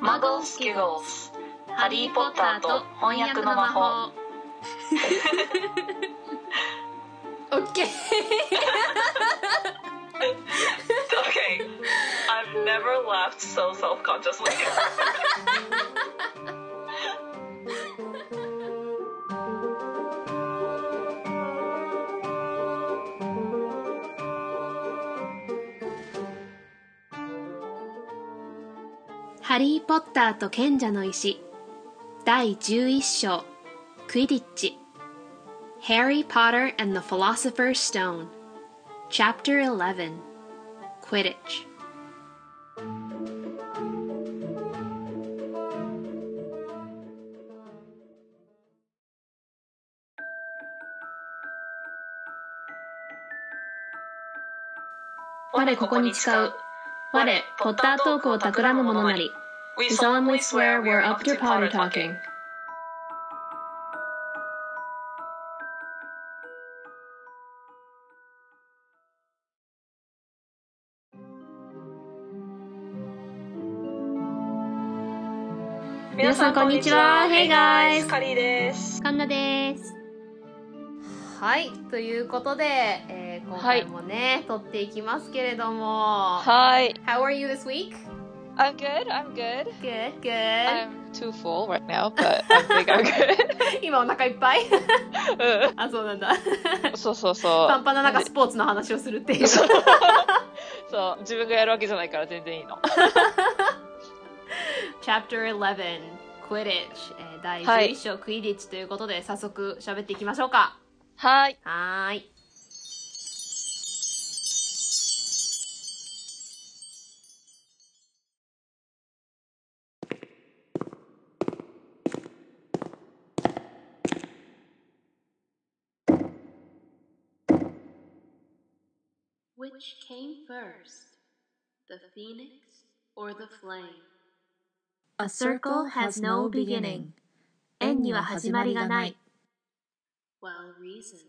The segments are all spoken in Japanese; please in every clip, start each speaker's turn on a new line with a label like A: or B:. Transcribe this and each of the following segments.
A: マゴースキュロースハリー・ポッターと翻訳の魔法
B: オッケー
A: Okay. I've never laughed so self consciously.
B: ハリー・ポッターと賢者の石第11章クイディッチ Harry Potter and the Philosopher's Stone Chapter 11 Quidditch 我ここに誓う我ポッタートークを企む者なり
A: We
B: We solemnly swear we're up to Potter talking. 皆さんこんにちは Hey guys
A: カリーです。
B: 神田ですはいということで、えー、今
A: はい
B: 回もね、撮っていきますけれども
A: Hi.
B: How are you this week?
A: I'm good. I'm good.
B: Good, good.
A: I'm too full right now, but I think I'm good.
B: 今お腹いっぱ
A: う
B: いあ、そうなんだ。
A: んそうそう
B: パ
A: そ。
B: ンパンな中スポーツの話をするっていうう。
A: そう。そう。自分がやるわけじゃないから全然いいの。
B: Chapter 11 Quidditch、えー第
A: はい
B: 11章 Quidditch ということで早速喋っていきましょうか。
A: はい。
B: はーい。Which came first, the phoenix or the flame?
C: A circle has no beginning. 円には始まりがない。
B: Well reasoned.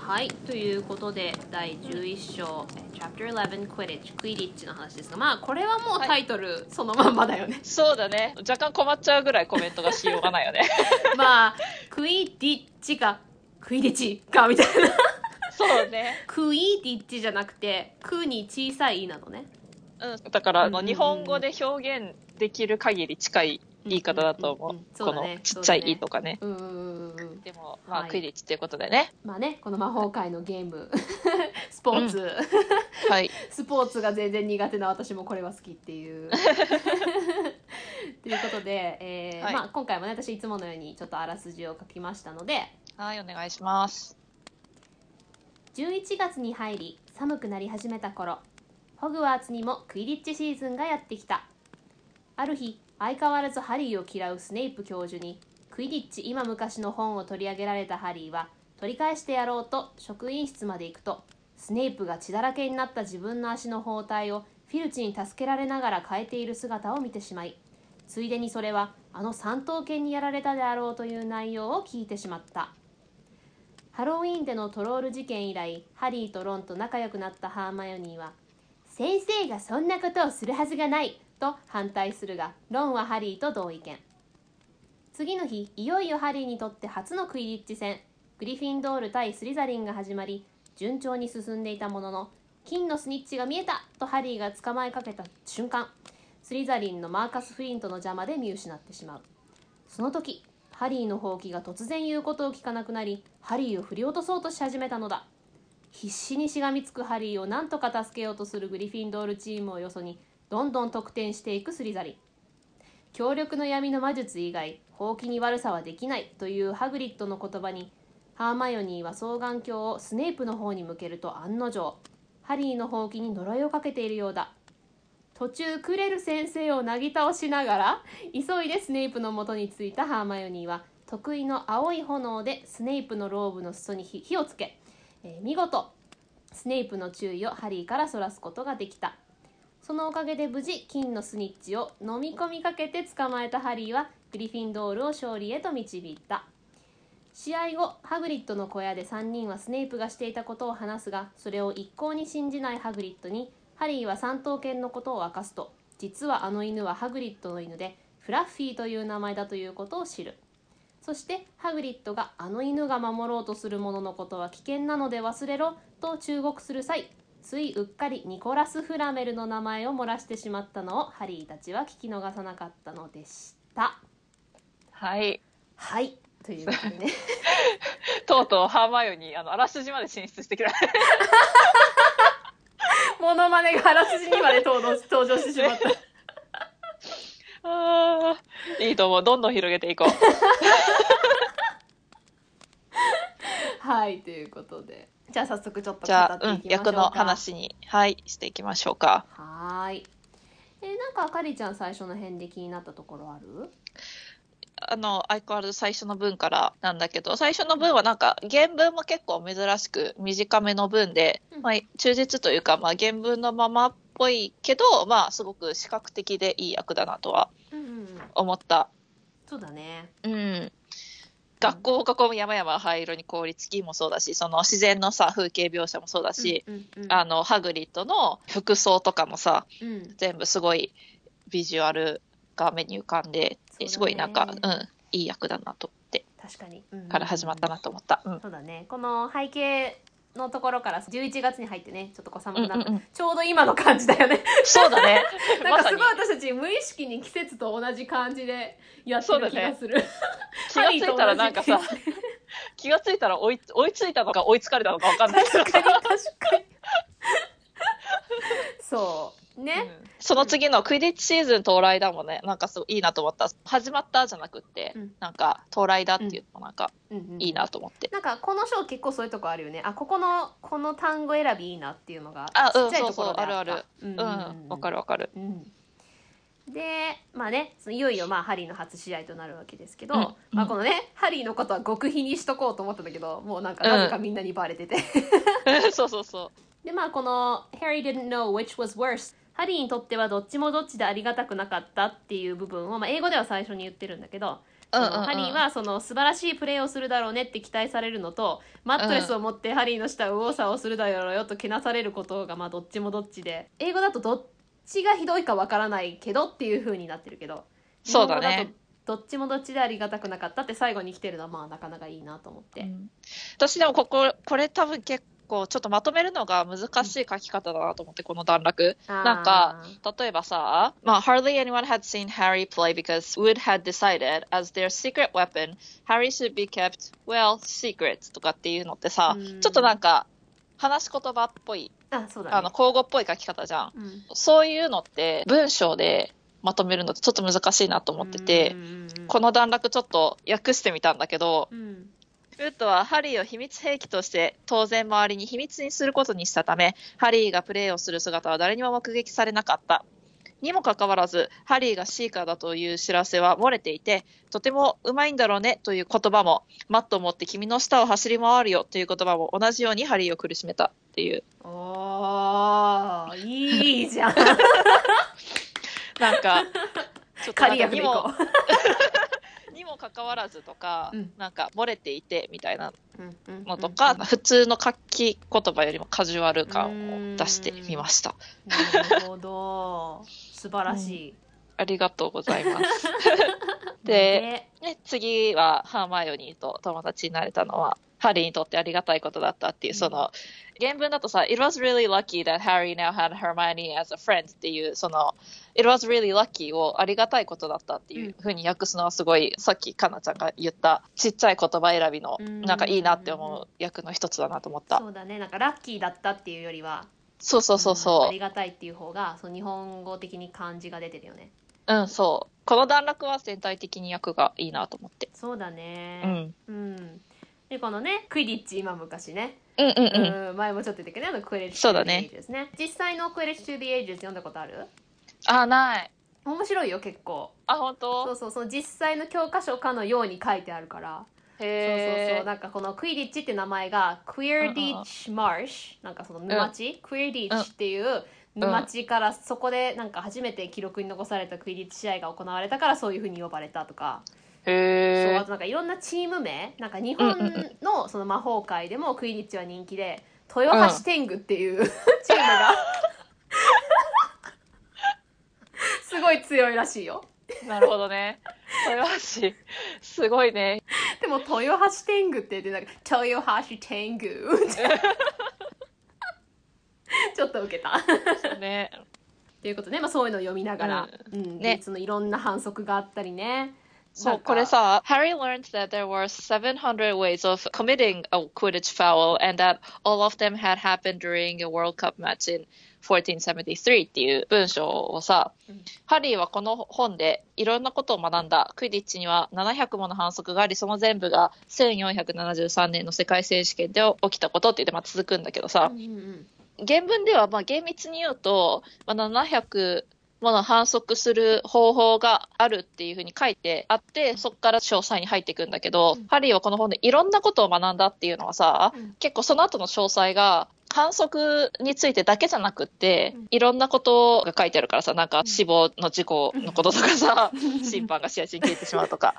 B: はい、ということで第11章、えー Chapter 11 Quidditch Quidditch の話ですがまあこれはもう
A: はい、
B: タイトルそのまんまだよね
A: そうだね。若干困っちゃうぐらいコメントがしようがないよね。
B: まあクイディッチかクイディッチかみたいな
A: そうね。
B: クイディッチじゃなくてクに小さい「イ」なのね
A: うん。だから、あの
B: うん
A: 日本語で表現できる限り近い言い方だと思う。
B: うんうんうんそうだ
A: こ
B: ね
A: のちっちゃい「い」とかね。
B: うんうんうんうん
A: でも、まあ、
B: はい
A: クイディッチっていうことでね。
B: まあねこの魔法界のゲー ムスポーツ、
A: はい。
B: スポーツが全然苦手な私もこれは好きって いう。ということで、えー
A: はい
B: まあ、今回もね私いつものようにちょっとあらすじを書きましたので
A: はい、お願いします。
B: 11月に入り寒くなり始めた頃ホグワーツにもクイリッチシーズンがやってきたある日相変わらずハリーを嫌うスネイプ教授にクイリッチ今昔の本を取り上げられたハリーは取り返してやろうと職員室まで行くとスネイプが血だらけになった自分の足の包帯をフィルチに助けられながら変えている姿を見てしまいついでにそれはあの三刀剣にやられたであろうという内容を聞いてしまったハロウィーンでのトロール事件以来ハリーとロンと仲良くなったハーマヨニーは「先生がそんなことをするはずがない!」と反対するがロンはハリーと同意見次の日いよいよハリーにとって初のクイリッチ戦グリフィンドール対スリザリンが始まり順調に進んでいたものの金のスニッチが見えたとハリーが捕まえかけた瞬間スリザリンのマーカス・フリントの邪魔で見失ってしまうその時ハリーのほうきが突然言うことを聞かなくなりハリーを振り落とそうとし始めたのだ必死にしがみつくハリーをなんとか助けようとするグリフィンドールチームをよそにどんどん得点していくスリザリン強力の闇の魔術以外ほうきに悪さはできないというハグリッドの言葉にハーマイオニーは双眼鏡をスネープの方に向けると案の定ハリーのほうきに呪いをかけているようだ途中クレル先生をなぎ倒しながら急いでスネイプの元に着いたハーマイオニーは得意の青い炎でスネイプのローブの裾に火火をつけ、えー見事スネイプの注意をハリーからそらすことができたそのおかげで無事金のスニッチを飲み込みかけて捕まえたハリーはグリフィンドールを勝利へと導いた試合後ハグリッドの小屋で3人はスネイプがしていたことを話すがそれを一向に信じないハグリッドにハリーは三刀剣のことを明かすと実はあの犬はハグリッドの犬でフラッフィーという名前だということを知るそしてハグリッドがあの犬が守ろうとするもののことは危険なので忘れろと忠告する際ついうっかりニコラス・フラメルの名前を漏らしてしまったのをハリーたちは聞き逃さなかったのでした。
D: はい。
B: はいということでね
D: とうとうハーマイオニー、あの、あらすじまで進出してき た。
B: モノマネがあらすじにまで登場し登場してしま った。
D: あーいいと思う。どんどん広げてい こう。
B: はいということでじゃあ早速ちょっと
D: じ
B: 語
D: ゃあ、
B: っ
D: うん、
B: ていきましょうか。
D: 役の話に、はい、していきましょうか。
B: はーい。えーなんかあかりちゃん最初の辺で気になったところある？
D: あの、相変わらず最初の文からなんだけど、最初の文はなんか、原文も結構珍しく短めの文で、
B: うん
D: まあ、忠実というか、まあ、原文のままっぽいけど、まあ、すごく視覚的でいい役だなとは
B: うんうんうん。
D: 思った。
B: そうだね。
D: うん。学校を囲む山々の灰色に凍りつきもそうだし、その自然のさ、風景描写もそうだし、
B: うんうんうん、
D: あの、ハグリッドの服装とかもさ、
B: うん
D: 全部すごいビジュアルが目に浮かんで、
B: そうだね
D: すごいなんか、うん、いい役だなと思って
B: 確かに、うんうん
D: から始まったなと思った。うん。
B: そうだね。この背景のところから11月に入ってねちょっとこう寒
D: うん
B: く
D: うん
B: なった、
D: うん、
B: ちょうど今の感じだよね。
D: そうだね
B: な
D: ま
B: ん
D: さ
B: かす
D: に
B: ごい私たち無意識に季節と同じ感じでやってる気がする、
D: 気がついたらなんか さ、気がついたら追い追いついたのか追いつかれたのかわかんない けど
B: 確かに確かにそうね、
D: うんその次のクイディッチシーズン到来だもんね、なんかすごいいいなと思った。始まったじゃなくって、
B: うん
D: なんか到来だっていうのもなんか
B: うんうん
D: いいなと思って。
B: なんかこの章結構そういうとこあるよねあここのこの単語選びいいなっていうのが
D: あ
B: ち
D: うん
B: っちゃいところであ
D: そうそうあ
B: った
D: るある
B: う
D: う
B: ん
D: ん、わ、か
B: る、
D: るわかる。
B: うん、でまあねそのいよいよまあハリーの初試合となるわけですけど、
D: うんうん
B: まあ、このねハリーのことは極秘にしとこうと思ったんだけどもうなんかなぜかみんなにバレてて、
D: そうそうそ
B: でまあこの「Harry didn't know which was worse」ハリーにとってはどっちもどっちでありがたくなかったっていう部分を、まあ、英語では最初に言ってるんだけど、
D: う。うんうん
B: そのハリーはその素晴らしいプレーをするだろうねって期待されるのとマットレスを持ってハリーの下を右往左往するだろうよとけなされることがまあどっちもどっちで英語だとどっちがひどいかわからないけどっていう風になってるけど
D: そうだね
B: 日本語とどっちもどっちでありがたくなかったって最後に来てるのはまあなかなかいいなと思って、
D: うん私でもこここれ多分結構ちょっとまとめるのが難しい書き方だなと思ってこの段落なんか例えばさ、まあ、Hardly anyone had seen Harry play because Wood had decided as their secret weapon Harry should be kept well secret とかっていうのってさ
B: うん
D: ちょっとなんか話し言葉っぽい
B: あーあそうだね
D: あの口語っぽい書き方じゃん
B: うん
D: そういうのって文章でまとめるのってちょっと難しいなと思ってて
B: うんうんうん
D: この段落ちょっと訳してみたんだけど
B: うん
D: ウッドはハリーを秘密兵器として当然周りに秘密にすることにしたためハリーがプレーをする姿は誰にも目撃されなかったにもかかわらずハリーがシーカーだという知らせは漏れていてとてもうまいんだろうねという言葉もマットを持って君の下を走り回るよという言葉も同じようにハリーを苦しめたっていう
B: おーいい じゃん
D: なん かちょっとな
B: 仮
D: んか
B: 役で
D: に
B: いこ
D: もにもかかわらずとか、
B: うん
D: なんか漏れていてみたいな
B: ううんうんうん
D: のとか、普通の書き言葉よりもカジュアル感を出してみました。
B: なるほど素晴らしい、
D: ありがとうございます。で、
B: で、
D: ね、次はハーマイオニーと友達になれたのは、ハリーにとってありがたいことだったっていう、その、原文だとさ、It was really lucky that Harry now had Hermione as a friend っていう、その、It was really lucky をありがたいことだったっていうふうに訳すのはすごい、さっきかなちゃんが言ったちっちゃい言葉選びの、
B: うん
D: なんかいいなって思う訳の一つだなと思った。
B: そうだねなんかラッキーだったっていうよりは
D: そうそうそう
B: うんあ
D: そ
B: りがたいっていう方がそう日本語的に漢字が出てるよね
D: う。うん、そう。この段落は全体的に訳がいいなと思って。
B: そうだ
D: う
B: ね
D: ん。
B: うん、でこのねクイディッチ今昔ね、
D: うんうんうん。
B: うん前もちょっと言ったけどねあのクエレッチ
D: そうだね
B: ですね実際のクエレッチ・トゥ・ビ・エイジェス読んだことある
D: あ、ない。
B: 面白いよ結構
D: あ、本
B: そ
D: 当
B: うそうそう実際の教科書かのように書いてあるからそうそう
D: へ
B: そう
D: ー
B: なんかこのクイディッチって名前がクイアディッチ・マーシュなんかその沼地、クイディッチっていう
D: うん
B: 町からそこでなんか初めて記録に残されたクイディッチ試合が行われたからそういうふうに呼ばれたとか、そうあ
D: へ
B: となんかいろんなチーム名なんか日
D: うんうん
B: 本のその魔法界でもクイディッチは人気で豊橋天狗っていう 、チームがすごい強いらしいよ
D: えなるほどね豊橋すごいね
B: でも豊橋天狗って言ってなんか豊橋 天狗ってちょっと受けた
D: そう ね
B: ということで、まあ、そういうのを読みながら、うん
D: ね
B: でそのいろんな反則があったりね
D: そう、これさ、Harry learned that there were 700 ways of committing a Quidditch foul and that all of them had happened during a World Cup match in 1473っていう文章をさ、ハリーはこの本でいろんなことを学んだ。クイディッチには700もの反則があり、その全部が1473年の世界選手権で起きたことって言って、まあ続くんだけどさ、
B: うんうん
D: 原文ではまあ厳密に言うと、まあ、700もの反則する方法があるっていうふうに書いてあってそこから詳細に入っていくんだけど、ハリーはこの本でいろんなことを学んだっていうのはさ、
B: うん
D: 結構その後の詳細が反則についてだけじゃなくって、
B: うん
D: いろんなことが書いてあるからさなんか死亡の事故のこととかさ、審判が試合中に消えてしまう とか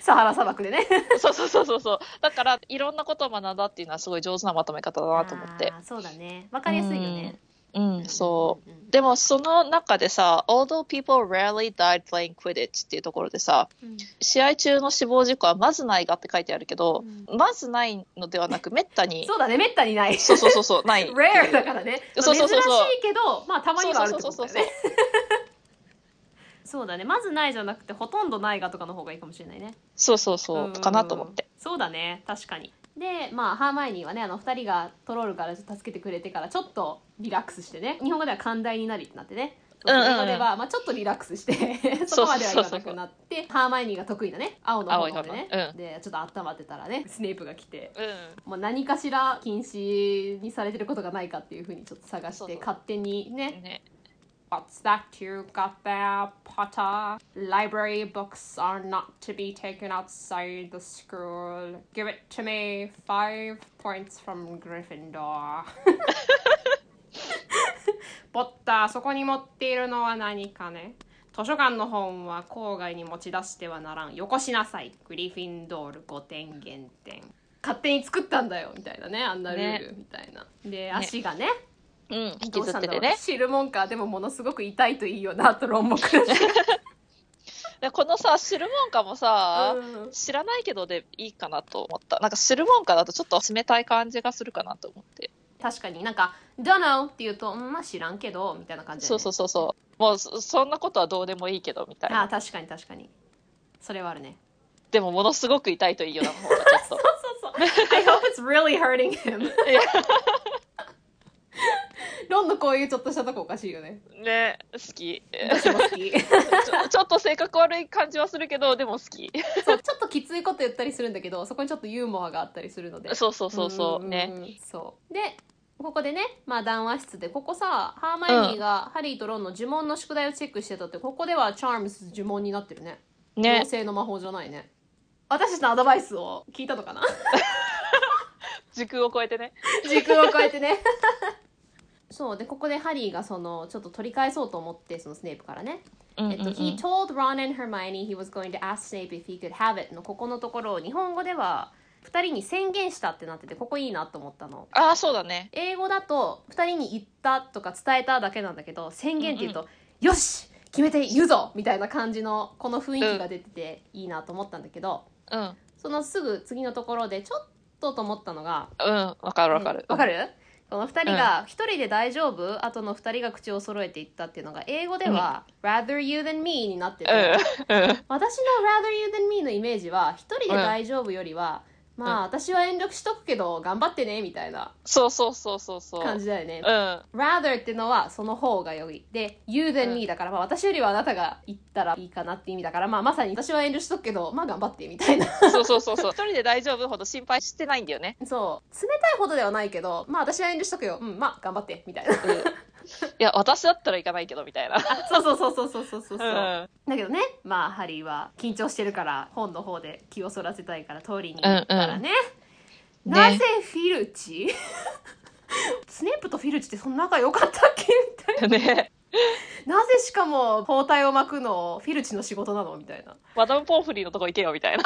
B: サハラ砂漠でね
D: そうそうそうそうそうだからいろんなことを学んだっていうのはすごい上手なまとめ方だなと思って
B: あ。ーそうだねわかりやすいよね
D: うん、そう
B: うんうん
D: でもその中でさ、although people rarely died playing Quidditch っていうところでさ、
B: うん
D: 試合中の死亡事故はまずないがって書いてあるけど、まずないのではなく、めったに、
B: そうだねめったにない
D: そうそうそうそう、ない っていう。
B: rare だからね、まあ
D: そうそうそうそう
B: 珍しいけどまあたまにはあるってことだ
D: そう
B: よ
D: そうそう
B: ねそうだねまずないじゃなくてほとんどないがとかの方がいいかもしれないね
D: そうそうそう、かなと思って。
B: そうだね確かにでまあハーマイオニーはねあの2人がトロールから助けてくれてからちょっとリラックスしてね日本語では寛大になりってなってね
D: うんうんうん
B: 英語では、まあ、ちょっとリラックスして そこまでは言わなくなってハーマイオニーが得意なね青の方でね、
D: 青い方うん
B: でちょっと温まってたらねスネープが来て
D: うん。
B: もう何かしら禁止にされてることがないかっていうふうにちょっと探して
D: そうそう
B: 勝手にね
D: ね、
B: 「What's that you got there, Potter? Library books are not to be taken outside the school. Give it to me. Five points from Gryffindor. ポッター、そこに持っているのは何かね図書館の本は郊外に持ち出してはならん。よこしなさい。グリフィンドール5点減点。勝手に作ったんだよみたいなね。あんなルールみたいな。で、足がね
D: うん、引
B: ど
D: き
B: うし
D: ず
B: た
D: っ
B: ん
D: て
B: だろう
D: てね。
B: 知るもんかでもものすごく痛いといいよなと 論目だし
D: でこのさ、知るもんかもさ、
B: うん
D: 知らないけどでいいかなと思った。なんか知るもんかだとちょっと冷たい感じがするかなと思って。
B: 確かになんか「don't know」って言うと「うんまあ知らんけど」みたいな感じ
D: そう
B: だよね
D: そうそうそう。もうそそんなことはどうでもいいけどみたい
B: ああ
D: な。
B: 確かに確かにそれはあるね
D: でもものすごく痛いといいよなの 方がちょっと。
B: そうそう I hope it's really hurting him
D: い や
B: ロンのこういうちょっとしたとこおかしいよね
D: ね好き
B: 私も 好き
D: ちょちょっと性格悪い感じはするけどでも好き
B: そうちょっときついこと言ったりするんだけどそこにちょっとユーモアがあったりするので
D: そうそうそうそ
B: んん
D: うんね
B: そうでここでね、まあ、談話室でここさハーマイオニーがハリーとロンの呪文の宿題をチェックしてたってここではチャームス呪文になってるね
D: ね
B: 妖精の魔法じゃないね私たちのアドバイスを聞いた のかな
D: 時空を超えてね
B: 時 空を超えてね そうでここでハリーがそのちょっと取り返そうと思ってそのスネープからね
D: うんうん
B: えっと、He told Ron and Hermione he was going to ask Snape if he could have it のここのところを日本語では2人に宣言したってなっててここいいなと思ったの
D: ああそうだね
B: 英語だと2人に言ったとか伝えただけなんだけど宣言っていうと、よし決めて言うぞみたいな感じのこの雰囲気が出てていいなと思ったんだけど、
D: うんうん
B: そのすぐ次のところでちょっとと思ったのが
D: わかるわかる
B: えわかるこの2人が1人で大丈夫あとの2人が口を揃えていったっていうのが英語では「rather you than me」になってて、
D: うんうん
B: 私の「rather you than me」のイメージは1人で大丈夫よりは、まあ私は遠慮しとくけど頑張ってねみたいな
D: そうそうそうそうそう
B: 感じだよね
D: う。ん
B: rather っていうのはその方が良い。で、you
D: う
B: than
D: ん
B: me だから、まあ私よりはあなたが言ったらいいかなって意味だから、まあまさに私は遠慮しとくけど、まあ頑張ってみたいな。
D: そうそうそうそう一人で大丈夫ほど心配してないんだよね
B: そう。冷たいほどではないけど、まあ私は遠慮しとくよ。うん、まあ頑張って、みたいな。
D: うんいや私だったら行かないけどみたいな
B: そうそうそうそうそうそうそ
D: うん
B: う。だけどね、まあハリーは緊張してるから、本の方で気をそらせたいから通りに行ったらね。
D: うんうん
B: な
D: ね
B: ぜフィルチ スネープとフィルチってそんな仲良かったっけみたい
D: ね
B: な。なぜしかも包帯を巻くのフィルチの仕事なのみたいな。
D: マダム・ポンフリーのとこ行けよみたいな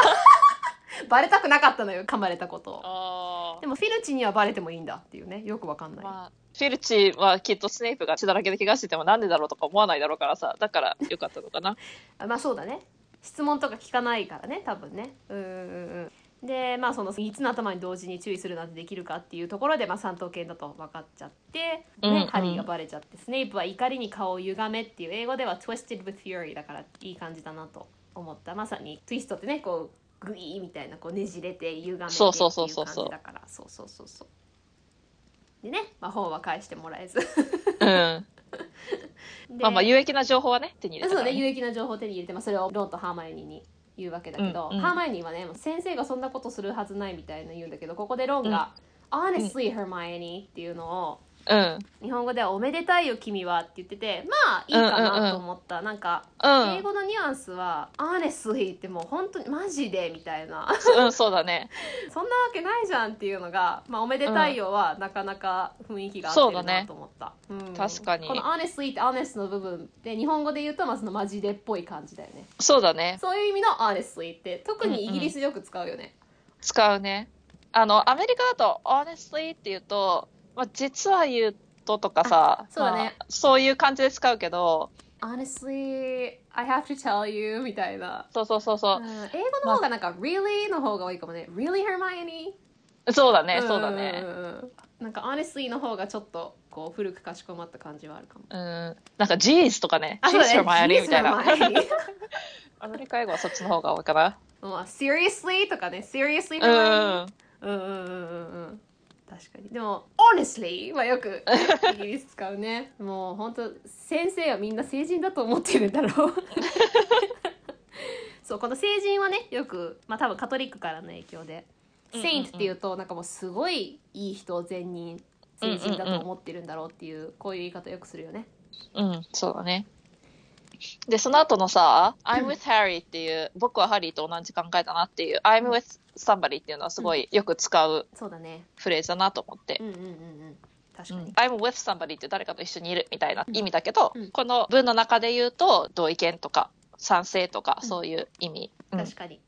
B: バレたくなかったのよ、噛まれたことを。
D: あ
B: でもフィルチにはバレてもいいんだっていうね、よくわかんない。
D: まあフィルチはきっとスネープが血だらけで怪我しててもなんでだろうとか思わないだろうからさだからよかったの かな
B: あまあそうだね質問とか聞かないからね多分ねうんうんうんでまあその3つの頭に同時に注意するなんてできるかっていうところで、まあ、三等犬だと分かっちゃって、ね
D: うんうん
B: ハリーがバレちゃってスネイプは怒りに顔を歪めっていう英語では twisted with fury だからいい感じだなと思ったまさにツイストってねこうグイーみたいなこうねじれて歪めてってい
D: そううそうそうそう
B: 感
D: そう
B: じだからそうそうそうそうでね、まあ、本は返してもらえず
D: うん
B: で
D: まあまあ有益な情報はね手に入れた
B: そ
D: か
B: う
D: らね
B: ね有益な情報を手に入れて、まあ、それをロンとハーマイオニーに言うわけだけど、
D: うんうん
B: ハーマイオニーはね先生がそんなことするはずないみたいな言うんだけどここでロンが「Honestly Hermione」っていうのを
D: うん
B: 日本語では「おめでたいよ君は」って言っててまあいいか
D: うんうんうん
B: なと思った、なんか
D: うん
B: 英語のニュアンスは「Honestly」ってもう本当にマジでみたいな
D: うん、そうだね。
B: そんなわけないじゃんっていうのが「まあ、おめでたいよ」はなかなか雰囲気があって
D: そうだ
B: る
D: ね
B: なと思った、うん
D: 確かに
B: この「Honestly」って Honest の部分で日本語で言うとまあそのマジでっぽい感じだよね
D: そうだね。
B: そういう意味の honestly って特にイギリスよく使うよね。
D: 使うね。あの、アメリカだと、honestly って言うと、まあ、実は言うととかさ、
B: そうだね
D: まあそういう感じで使うけど、
B: honestly, I have to tell you みたいな。
D: そうそうそう
B: う
D: そ
B: ん英語の方がなんか、really の方が多いかもね。really Hermione?
D: う。そうだね、そうだ
B: ん
D: ね。
B: うんうん。なんか honestly の方がちょっとこう古くかしこまった感じはあるかも。
D: うん。なんか、jeez とかね、
B: そうだ
D: jeez
B: ね
D: your m i n みたい な。
B: Jeez Hermione
D: アメリカ英語はそっちの方が多いかな。
B: まあ seriously とかね、seriously
D: うん
B: Hermione。。うんうんうんうんうん。確かに。でも、honestly はよく イギリス使うね。もう本当先生はみんな成人だと思ってるん だろう。そう、この成人はね、よく、まあ多分カトリックからの影響で、
D: うんうんうん
B: saint っていうと、なんかもうすごいいい人を善人、成人だと思ってるんだろうっていう、こういう言い方よくするよね。
D: うん、そうだね。で、その後のさ、I'm with Harry っていう、僕はハリーと同じ考えだなっていう、I'm with somebody っていうのはすごいよく使う
B: そうだね。
D: フレーズだなと思って
B: うんうんうんうん。確か
D: う
B: に。
D: ん I'm with somebody って誰かと一緒にいるみたいな意味だけど、
B: うん
D: この文の中で言うと同意見とか賛成とか
B: うん
D: そういう意味、うん
B: 確かに、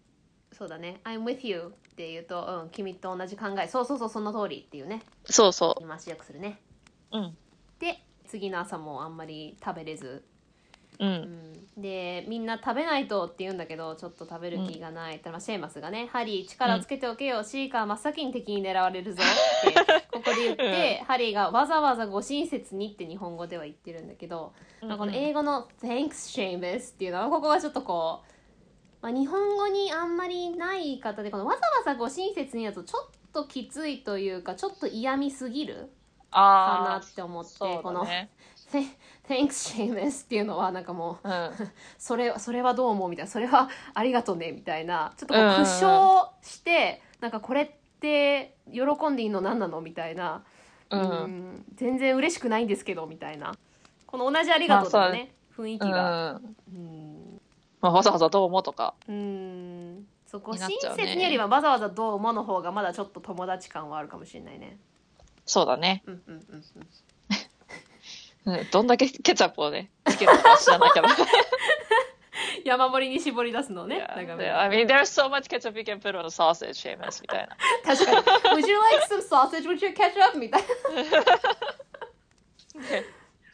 B: そうだね「I'm with you」って言うと、うん「君と同じ考えそうそうそうその通り」っていうね
D: そうそ
B: 言い回しよくするね
D: ううん
B: で次の朝もあんまり食べれず、
D: う
B: うんん、でみんな食べないとって言うんだけどちょっと食べる気がないって、まあ、シェーマスがね「ハリー力つけておけよ、シーカー真っ先に敵に狙われるぞ」ってここで言って、ハリーがわざわざご親切にって日本語では言ってるんだけど、まあ、この英語の「Thanks Seamus」っていうのはここがちょっとこう、まあ、日本語にあんまりない言い方でこのわざわざご親切にだとちょっときついというかちょっと嫌味すぎるかな
D: あ
B: っ
D: ー
B: て思って、
D: そう
B: こ
D: だ
B: の
D: ね
B: 「Th- Thanks Seamus」っていうのはなんかもう
D: うん
B: それそれはどう思うみたいなそれはありがとうねみたいなちょっとこう
D: うんうんうん
B: 苦笑して、なんかこれって喜んでいいの何なのみたいな、
D: うん
B: ん全然嬉しくないんですけどみたいなこの同じありがとうのね、雰囲気
D: うん
B: が、
D: ま
B: うん
D: あ、わざわざどう思うとか
B: うんそこ
D: にな
B: 親
D: っちゃうね
B: 切によりはわざわざどう思うの方がまだちょっと友達感はあるかもしれないね
D: そうだね、
B: うんうんうんうん
D: うん、どんだけケチャップをねつけるのか知らないけど
B: 山盛りに絞り出すのをね
D: いや
B: 眺める
D: I mean there's so much ketchup you can put on a sausage Seamus みた いな
B: 確かに「Would you like some sausage with your ketchup?」みたいな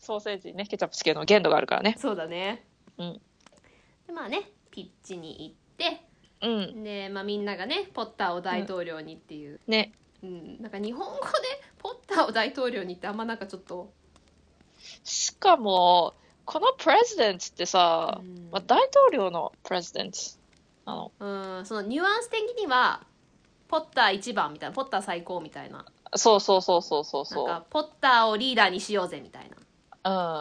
D: ソーセージにねケチャップつけるのも限度があるからね
B: そうだね。
D: うん
B: でまあねピッチに行って
D: うん
B: で、まあ、みんながねポッターを大統領にっていう、
D: ね
B: うんなんか日本語でポッターを大統領にってあんまなんかちょっと、
D: しかもこのプレジデンツってさ、
B: うん
D: まあ、大統領のプレジデントなの
B: うんそのニュアンス的にはポッター一番みたいなポッター最高みたいな
D: そうそうそうそうそう
B: なん
D: そう
B: かポッターをリーダーにしようぜみたいな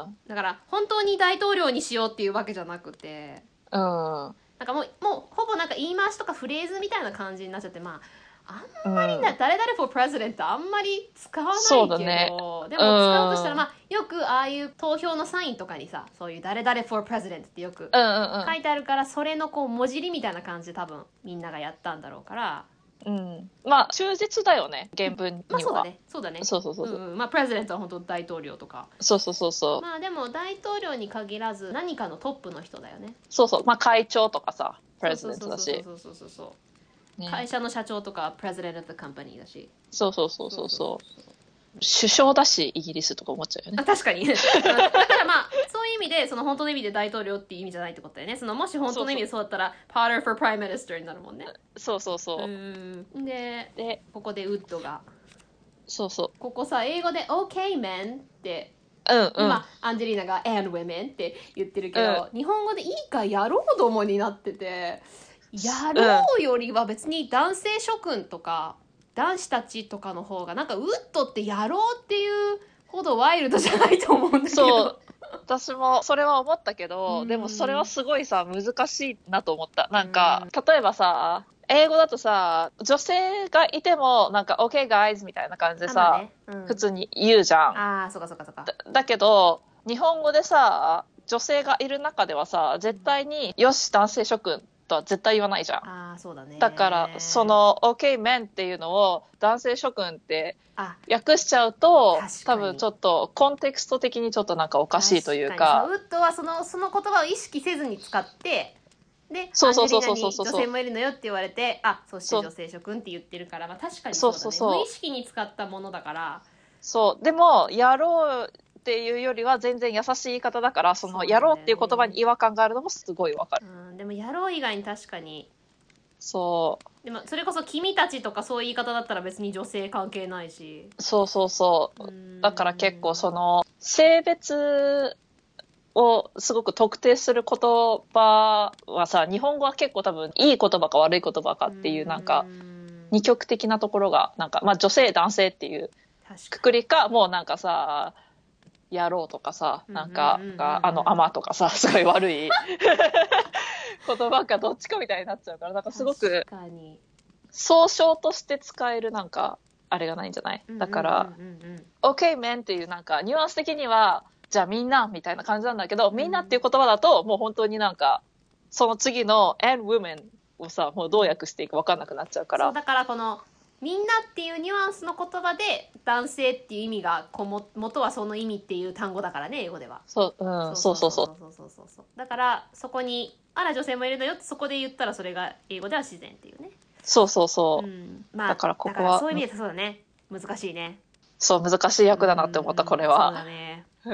D: うん
B: だから本当に大統領にしようっていうわけじゃなくて
D: うん
B: なんかもうもうほぼなんか言い回しとかフレーズみたいな感じになっちゃってまあ
D: うん
B: だ誰々 for president ってあんまり使わないけ
D: そ
B: ど、
D: うだね
B: でも使うとした
D: う
B: ら、
D: ん
B: まあ、よくああいう投票のサインとかにさそういう誰々 for president ってよく
D: うんうん
B: 書いてあるから、それのこう文字りみたいな感じで多分みんながやったんだろうから
D: うん、まあ忠実だよね原文には、
B: まあそうだねそうだね
D: そうそうそうそう、
B: うんうんまあプレゼデントは本当大統領とか
D: そうそうそうそう、
B: まあでも大統領に限らず何かのトップの人だよね
D: そうそうまあ会長とかさプレゼデントだし
B: そうそうそうそうそうそう
D: ね
B: 会社の社長とかプレゼデント・オブ・カンパニーだし
D: そうそうそうそうそう首相だしイギリスとか思っちゃうよね
B: あ確かにだからまあそういう意味でその本当の意味で大統領っていう意味じゃないってことだよねそのもし本当の意味でそうだったらパー for prime minister になるもんね
D: そうそうそう、
B: うんで
D: で
B: ここでウッドが
D: そうそ
B: ここさ英語で OK men って
D: ううんうん、
B: 今、アンジェリーナが「and women」って言ってるけど、日本語で「いいかやろうども」になってて「やろう」よりは別に男性諸君とか男子たちとかの方がなんかウッドって「やろう」っていうほどワイルドじゃないと思うんだけど
D: そう私もそれは思ったけど、
B: うん
D: でもそれはすごいさ難しいなと思ったなんか、例えばさ英語だとさ女性がいてもなんか「OK guys」みたいな感じで
B: あ
D: さ、
B: まあねうん
D: 普通に言うじゃん
B: ああそうかそうかそうか
D: だだけど日本語でさ女性がいる中ではさ絶対に「よし男性諸君」とは絶対言わないじゃん。
B: ああそうだね
D: だからその「OK men」っていうのを男性諸君って
B: あ
D: 訳しちゃうと
B: 確か
D: 多
B: に
D: 分ちょっとコンテクスト的にちょっとなんかおかしいというか
B: 確にそのウッドはそのその言葉を意識せずに使ってで
D: そうそうそうそうそう
B: アンジェリーナに女性もいるのよって言われてあそして
D: そう
B: 女性諸君って言ってるから、まあ、確かに
D: そうう
B: そだね
D: そうそう
B: 無意識に使ったものだから
D: そうでも「やろう」っていうよりは全然優しい言い方だからそ
B: そう
D: の「
B: だね
D: やろう」っていう言葉に違和感があるのもすごいわかる。
B: うんでも「やろう」以外に確かに
D: そう
B: でもそれこそ「君たち」とかそういう言い方だったら別に女性関係ないし
D: そうそうそう
B: うん
D: だから結構その性別をすごく特定する言葉はさ日本語は結構多分いい言葉か悪い言葉かっていうなんか
B: うん
D: 二極的なところがなんか、まあ、女性男性っていう
B: 確
D: く
B: か
D: くりかもうなんかさ野郎とかさなんか
B: うんうんうんうん
D: があの「アマ」とかさ すごい悪い言葉かどっちかみたいになっちゃうからなんかすごく
B: 確かに
D: 総称として使えるなんかあれがないんじゃないだから。
B: うんうんうんうん
D: OK men っていうなんかニュアンス的にはじゃあみんなみたいな感じなんだけど、みんなっていう言葉だともう本当になんかその次の and women をさもうどう訳していいか分かんなくなっちゃうか
B: そう
D: ら
B: だからこの「みんな」っていうニュアンスの言葉で「男性」っていう意味がこも元はその意味っていう単語だからね英語では。
D: そう,、うん、そうそうそう
B: そうそうそうそうだからそこに「あら女性もいるのよ」ってそこで言ったらそれが英語では自然っていうね。
D: そうそうそう、
B: うんまあ、
D: だからここは
B: だからそういう意味でそうだね難しいね。
D: そう難しい役だなって思った
B: うん
D: これ
B: そうだ
D: は、
B: ね
D: うん、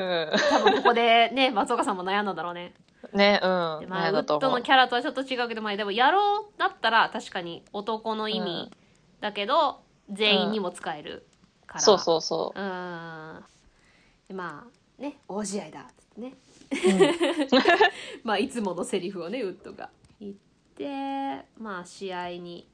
B: 多分ここでね松岡さんも悩んだんだろうね。
D: ねうん
B: でまあ
D: ね
B: ウ
D: だ
B: ッ
D: と
B: ド
D: 思う
B: のキャラとはちょっと違うけどまあでも「やろう」だったら確かに男の意味だけど、全員にも使えるから。
D: そうそうそう
B: うーんでまあね大試合だっつってね、 まあいつものセリフをねウッドが言ってまあ試合に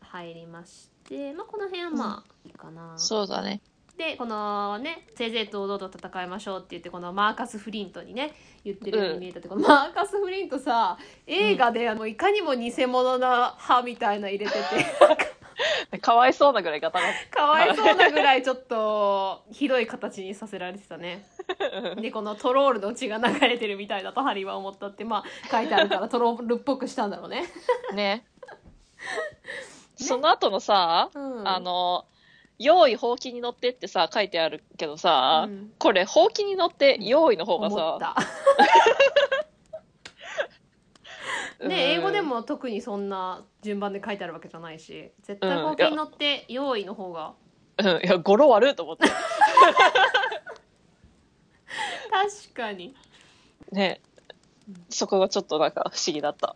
B: 入りましてまあこの辺はまあいいかな、
D: そうだね
B: でこのね「正々堂々と戦いましょう」って言ってこのマーカス・フリントにね言ってるように見えたって、この マーカス・フリントさ映画であのいかにも偽物な歯みたいな入れ てて
D: かわいそうなぐらいガタガ
B: かわいそうなぐらいちょっとひどい形にさせられて たね。
D: タ
B: でこのトロールの血が流れてるみたいだとハリーは思ったってまあ書いてあるからトロールっぽくしたんだろうね。
D: ねその後のさ、
B: うん
D: あの「用意ほうきに乗って」ってさ書いてあるけどさ、
B: うん
D: これほうきに乗って用意の方が
B: 思
D: さ
B: っ、た。
D: うん
B: ね英語でも特にそんな順番で書いてあるわけじゃないし絶対
D: うん
B: 冒険に乗って用意の方が
D: うんいや語呂悪いと思って
B: 確かに
D: ねそこがちょっとなんか不思議だった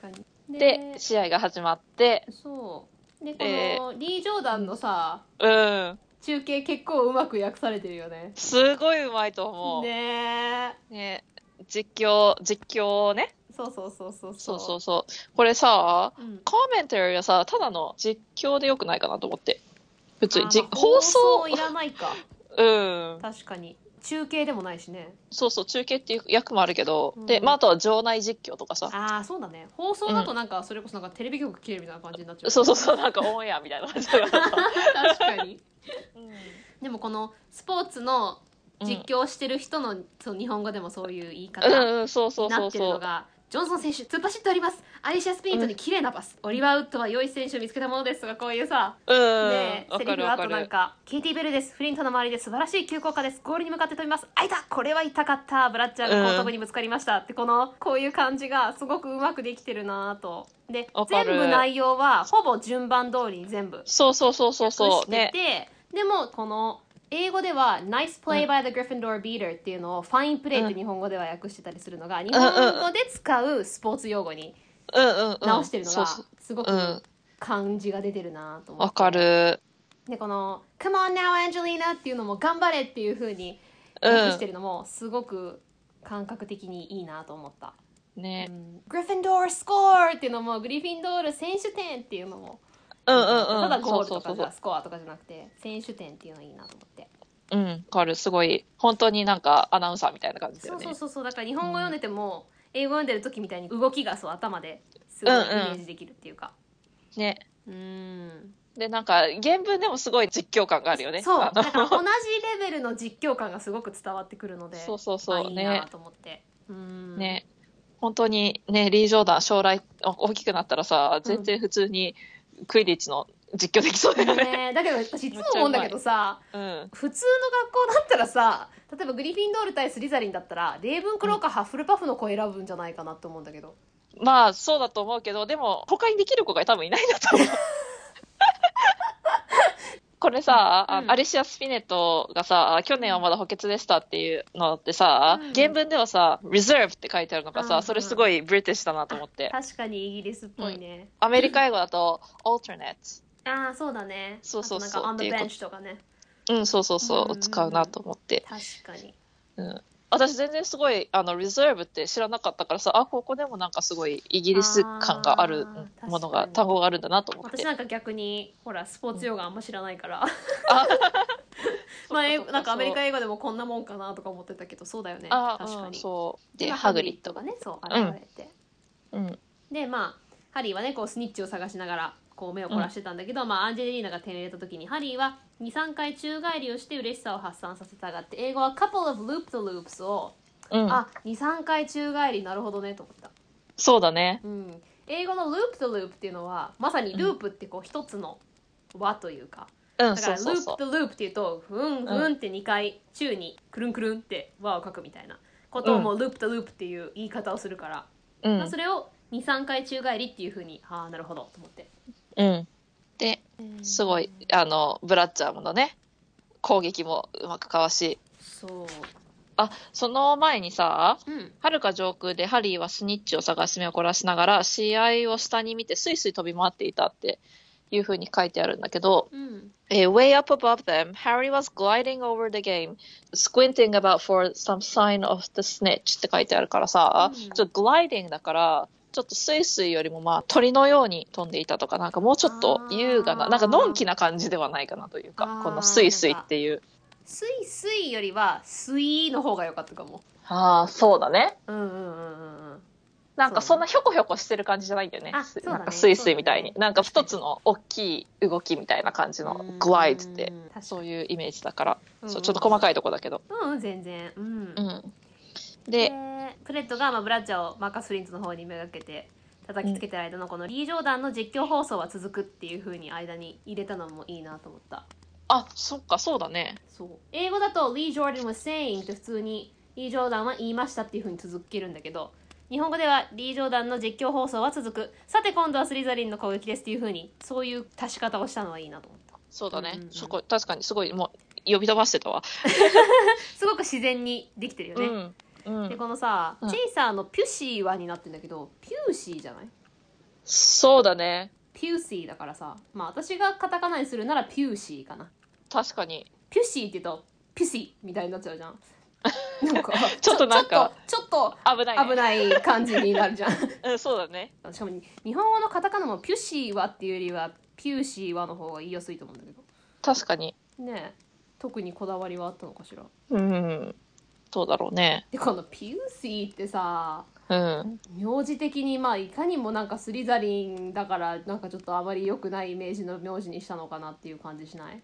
B: 確かに。
D: で試合が始まって
B: そうでこ
D: え
B: のリー・ジョーダンのさ
D: うん
B: 中継結構うまく訳されてるよね。
D: すごいうまいと思うね
B: ねえ
D: 実況実況ね
B: そうそうそうそう
D: そうそう
B: う。
D: そうこれさ
B: うん
D: コメンタリーはさただの実況でよくないかなと思って普通
B: あ
D: にじ
B: まあ
D: 放送
B: いらないか
D: うん
B: 確かに中継でもないしね。
D: そうそう中継っていう役もあるけど、
B: うん
D: で、まあ、あとは場内実況とかさ
B: ああそうだね放送だとなんかそれこそなんかテレビ局切れるみたいな感じになっちゃう、
D: そうそうそうなんかオンエアみたいな感じだからさ
B: 確かに
D: うん
B: でもこのスポーツの実況してる人の、そう日本語でもそういう言い方
D: う
B: に
D: んうんそうそう
B: な
D: そ
B: っ
D: う
B: てる
D: そ
B: の
D: う
B: がジョンソン選手突っ走っておりますアリシア・スピリットに綺麗なパス、オリバー・ウッドは良い選手を見つけたものですとかこういうさ
D: うん。
B: ねえ
D: わ
B: セ
D: かる
B: リフが
D: わ
B: あ
D: か
B: となん
D: る。
B: かケイティ・ベルですフリントの周りで素晴らしい急降下ですゴールに向かって飛びますあいたこれは痛かったブラッチャーが後頭部にぶつかりました、ってこのこういう感じがすごくうまくできてるなぁとで
D: わか
B: 全
D: る
B: 部内容はほぼ順番通りに全部
D: そうそうそうそうそう。
B: して
D: ね
B: て、。でもこの英語では「Nice play by the Gryffindor beater」っていうのを「ファインプレー」って日本語では訳してたりするのが日本語で使うスポーツ用語に
D: うんうんうん。
B: 直してるの
D: そう
B: が
D: そう
B: すご
D: う
B: く
D: ん。
B: 感じが出てるなと思っ
D: わ
B: て
D: かる。
B: でこの「Come on now Angelina」っていうのも「頑張れ」っていう風に
D: う
B: 訳して
D: ん。
B: るのもすごく感覚的にいいなと思った、
D: ね。
B: グリフィンドールスコアっていうのもグリフィンドール選手点っていうのも
D: うんうんうん。
B: ただゴール
D: そうそ
B: とか
D: うそう
B: スコアとかじゃなくて選手点っていうのいいなと思って
D: そう。うん。わかる。すごい。本当になんかアナウンサーみたいな感じだ
B: そ
D: よ
B: う
D: ね。
B: そうそうそうだから日本語読んでても、英語読んでる時みたいに動きがそう頭ですごいイ
D: うん
B: メ
D: うん
B: ージできるっていうか
D: ね。
B: うーん
D: で、なんか、原文でもすごい実況感があるよね。
B: そう
D: あ
B: だ
D: の
B: から同じレベルの実況感がすごく伝わってくるので
D: そうそう
B: あ
D: そう。
B: いいな
D: ね。
B: と思ってうーん
D: ね。本当に、ね、リー・ジョーダン、将来、お大きくなったらさ、
B: うん
D: 全然普通に、クイディッチの実況できそうだよね。
B: ねだけど私いつも思うんだけどさ
D: うん。
B: 普通の学校だったらさ例えばグリフィンドール対スリザリンだったらレーブンクローかハッフルパフの子選ぶんじゃないかなって思うんだけど
D: まあ、そうだと思うけど、でも、他にできる子が多分いないんだ と思う。これさ、あ
B: うん
D: アリシア・スピネットがさ、去年はまだ補欠でしたっていうのってさ、
B: うん
D: 原文ではさ、reserve って書いてあるのが
B: うんう
D: さ、
B: ん
D: それすごいブリティッシュだなと思って。
B: 確かにイギリスっぽいね、
D: アメリカ英語だと、alternate。
B: ああそうだね
D: そうそうそう
B: あとなんか
D: って
B: on
D: い
B: the
D: うこと
B: bench とかね
D: うん、そうそうそう、
B: うんうんうん
D: 使うなと思って。
B: 確かに
D: うん。私全然すごい、あの、reserve って知らなかったからさ、あ、ここでもなんかすごいイギリス感がある
B: あー
D: ものが、
B: 確かに
D: 単語があるんだなと思って
B: 私。なんか逆にほらスポーツ用語あんま知らないから まあ
D: そう
B: え
D: そうそう
B: なんかアメリカ英語でもこんなもんかなとか思ってたけどそうだよね
D: あ
B: 確か
D: うん、
B: に、
D: そう。で、
B: まあ
D: ハグリッド
B: ドがねそう
D: うん
B: 現れて、
D: うん。
B: でまあハリーはねこうスニッチを探しながらこう目を凝らしてたんだけど、まあ、アンジェリーナが手に入れた時にハリーは23回宙返りをして嬉しさを発散させたがって英語は「couple of loop the loops を」
D: うん。
B: あ23回宙返りなるほどねと思った、
D: そうだね。
B: うん、英語の「loop the loop」っていうのはまさにループってこう一つの輪というか、
D: うん、
B: だか
D: そ
B: ら
D: う
B: ル
D: そう
B: ー
D: そ
B: プとループっていうとふんふんって2回宙にくるんくるんって輪を書くみたいなことをもうループとループっていう言い方をするから、
D: う。う
B: まあ
D: ん
B: そ。れを23回宙返りっていうふうにああなるほどと思って
D: うん。で、すごい、あの、ブラッチャーものね、攻撃もうまくかわし、
B: そ
D: あ、その前にさ、
B: ううん
D: はるか上空でハリーはスニッチを探し目を凝らしながら試合を下に見てスイスイ飛び回っていたっていうふうに書いてあるんだけど、
B: うん
D: えー Way up above them, Harry was gliding over the game, squinting about for some sign of the snitch って書いてあるからさ、
B: うん
D: ちょっと gliding だから、ちょっとスイスイよりもまあ鳥のように飛んでいたとか、なんかもうちょっと優雅
B: あ
D: な、
B: ー
D: なんかのんきな感じではないかなという
B: あ
D: か
B: ー、
D: このスイスイっていう。
B: スイスイよりはスイの方が良かったかも
D: ああ、そうだね。
B: うんうんうんうんうん
D: なんかそんなひょこひょこしてる感じじゃないんだよね。
B: あそうだね
D: なんかスイスイみたいに。
B: そうだね
D: なんか一つの大きい動きみたいな感じの
B: うん
D: グライドって、
B: 確
D: そ
B: か
D: う
B: に
D: いうイメージだから、
B: うん
D: そうちょっと細かいとこだけど。
B: うんうん全然うん
D: うん。
B: で
D: で、
B: プレットがまあブラッチャーをマーカス・フリンズの方にめがけて叩きつけてる間のこのリー・ジョーダンの実況放送は続くっていう風に間に入れたのもいいなと思った
D: あ、そっか、そうだね。
B: そう英語だと「リー・ジョーダン was saying」って普通に「リー・ジョーダンは言いました」っていう風に続けるんだけど日本語では「リー・ジョーダンの実況放送は続く」「さて今度はスリザリンの攻撃です」っていう風にそういう足し方をしたのはいいなと思った
D: そうだね。
B: うんうんうん
D: そこ、確かにすごい、もう、呼び飛ばしてたわ。
B: すごく自然にできてるよね、
D: うん。う
B: で
D: ん。
B: このさ、
D: うん
B: チェイサーの「ピュシーは」になってんだけどピューシーじゃない
D: そうだね。
B: ピューシーだからさまあ私がカタカナにするならピューシーかな
D: 確かに。
B: ピューシーって言うとピュシーみたいになっちゃうじゃんなんか
D: ちょっとなんか
B: ちょちょっと
D: 危ない、
B: ちょっと危
D: ね。
B: ない感じになるじゃん
D: うん、そうだね。
B: しかも日本語のカタカナもピュシーはっていうよりはピューシーはの方が言いやすいと思うんだけど
D: 確かに。
B: ねえ特にこだわりはあったのかしら
D: うん。どうだろうね。
B: でこのピューシーってさ
D: うん。
B: 名字的にまあいかにもなんかスリザリンだからなんかちょっとあまり良くないイメージの名字にしたのかなっていう感じしない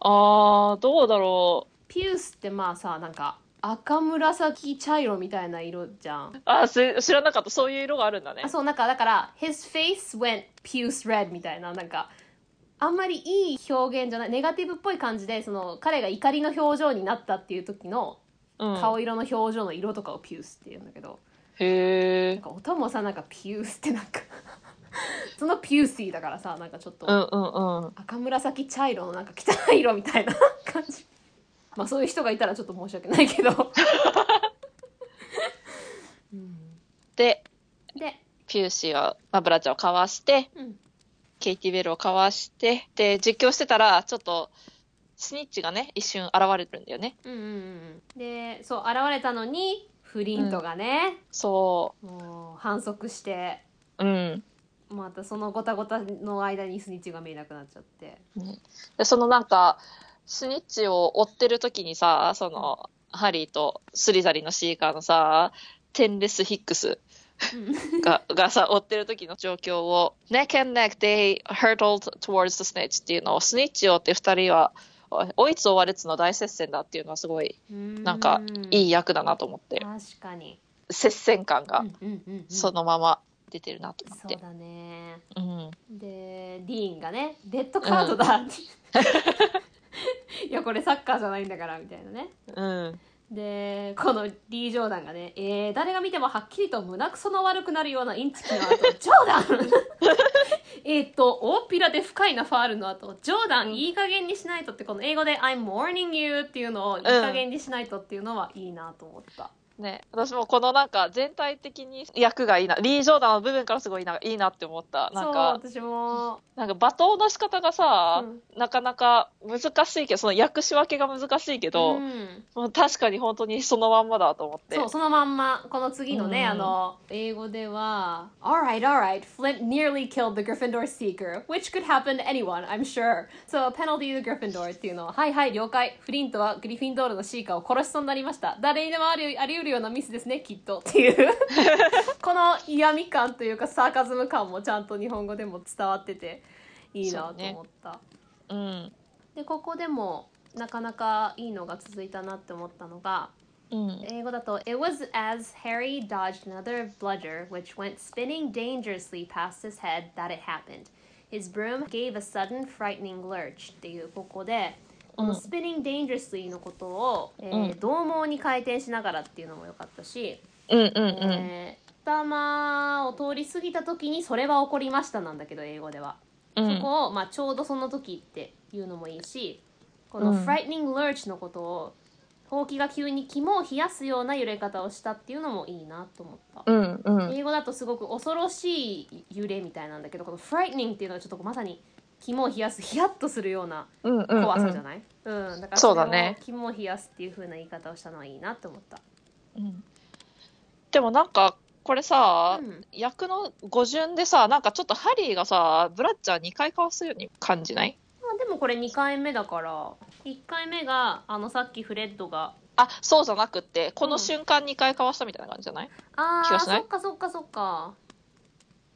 D: あー、どうだろう。
B: ピュースってまあさなんか赤紫茶色みたいな色じゃん。
D: あす知らなかったそういう色があるんだね
B: あそうなんかだから「His face went puce red」みたいななんかあんまりいい表現じゃないネガティブっぽい感じでその彼が怒りの表情になったっていう時の
D: うん、
B: 顔色の表情の色とかをピュースって言うんだけど、
D: へえ
B: なんか音もさなんかピュースってなんか そのピューシーだからさなんかちょっと
D: うんうんうん
B: 赤紫茶色のなんか汚い色みたいな感じまあそういう人がいたらちょっと申し訳ないけ ど、うん
D: で
B: で、
D: ピューシーは、まあ、ブラちゃんをかわして
B: うん、
D: ケイティ・ベルをかわしてで実況してたらちょっとスニッチがね一瞬現れるんだよね
B: うんうんうんでそう現れたのにフリントがね、
D: そ
B: もう反則して
D: ううん
B: またそのごたごたの間にスニッチが見えなくなっちゃって
D: でそのなんかスニッチを追ってる時にさそのハリーとスリザリのシーカーのさテンレス・ヒックスががさ追ってる時の状況を「Neck and neck they hurtled towards the snitch」っていうのをスニッチを追って2人は追いつ追われつの大接戦だっていうのはすごいなんかいい
B: い
D: 役だなと思って
B: 確かに
D: 接戦感が
B: うんうんうんうん
D: そのまま出てるなと思っ
B: そう
D: て、
B: だね
D: うん、
B: でディーンがねレッドカードだ、 いやこれサッカーじゃないんだからみたいなね
D: うん、
B: でこのリー・ジョーダンがね「えー、誰が見てもはっきりと胸くその悪くなるようなインチキの後 ジョーダン! 」えっと大っぴらで不快なファールの後ジョーダンいい加減にしないと」ってこの英語で「I'm warning you」っていうのをいい加減にしないとっていうのはいいなと思った、
D: ね、私もこのなんか全体的に役がいいなリー・ジョーダンの部分からすごいなんかいいなって思ったなんか
B: そう私も
D: なんか罵倒の仕方がさ、
B: う
D: なかなか難しいけどその訳し分けが難しいけど、
B: ん
D: もう確かに本当にそのまんまだと思って
B: そうそのまんまこの次のね、
D: うん
B: あの英語では「Alright, alright, Flint nearly killed the Gryffindor seeker, which could happen to anyone, I'm sure. So a penalty to Gryffindor」っていうのは「はいはい了解フリントはグリフィンドールのシーカーを殺しそうになりました誰にでもありあり得るようなミスですねきっと」っていう この嫌味感というかサーカズム感もちゃんと日本語でも伝わってていいなと思った、
D: うん
B: でここでもなかなかいいのが続いたなって思ったのが
D: うん
B: 英語だと It was as Harry dodged another bludger which went spinning dangerously past his head that it happened. His broom gave a sudden frightening lurch っていうここで、この spinning dangerously のことを、えー
D: うん
B: 獰猛に回転しながらっていうのも良かったし、
D: うんうんうん
B: えー頭を通り過ぎた時にそれは起こりましたなんだけど英語では。
D: うん
B: そこを、まあ、ちょうどその時っていうのもいいしこの
D: う
B: 「
D: ん
B: frightening lurch」のことをほうきが急に肝を冷やすような揺れ方をしたっていうのもいいなと思った、
D: うんうん
B: 英語だとすごく恐ろしい揺れみたいなんだけどこの「frightening」っていうのはちょっとまさに肝を冷やすヒヤッとするような
D: うんうん
B: 怖さじゃない、うんだから
D: そうだ
B: れを
D: ね
B: 肝を冷やすっていう風な言い方をしたのはいいなと思った、
D: うんでもなんかこれさ、
B: うん
D: 役の語順でさなんかちょっとハリーがさブラッチャー2回かわすように感じない
B: まあ、でもこれ2回目だから1回目があのさっきフレッドが
D: あそうじゃなくってこ
B: う
D: の
B: ん
D: 瞬間2回かわしたみたいな感じじゃない、
B: あ
D: 気
B: あ
D: がしな
B: そ
D: い
B: っかそっかそっか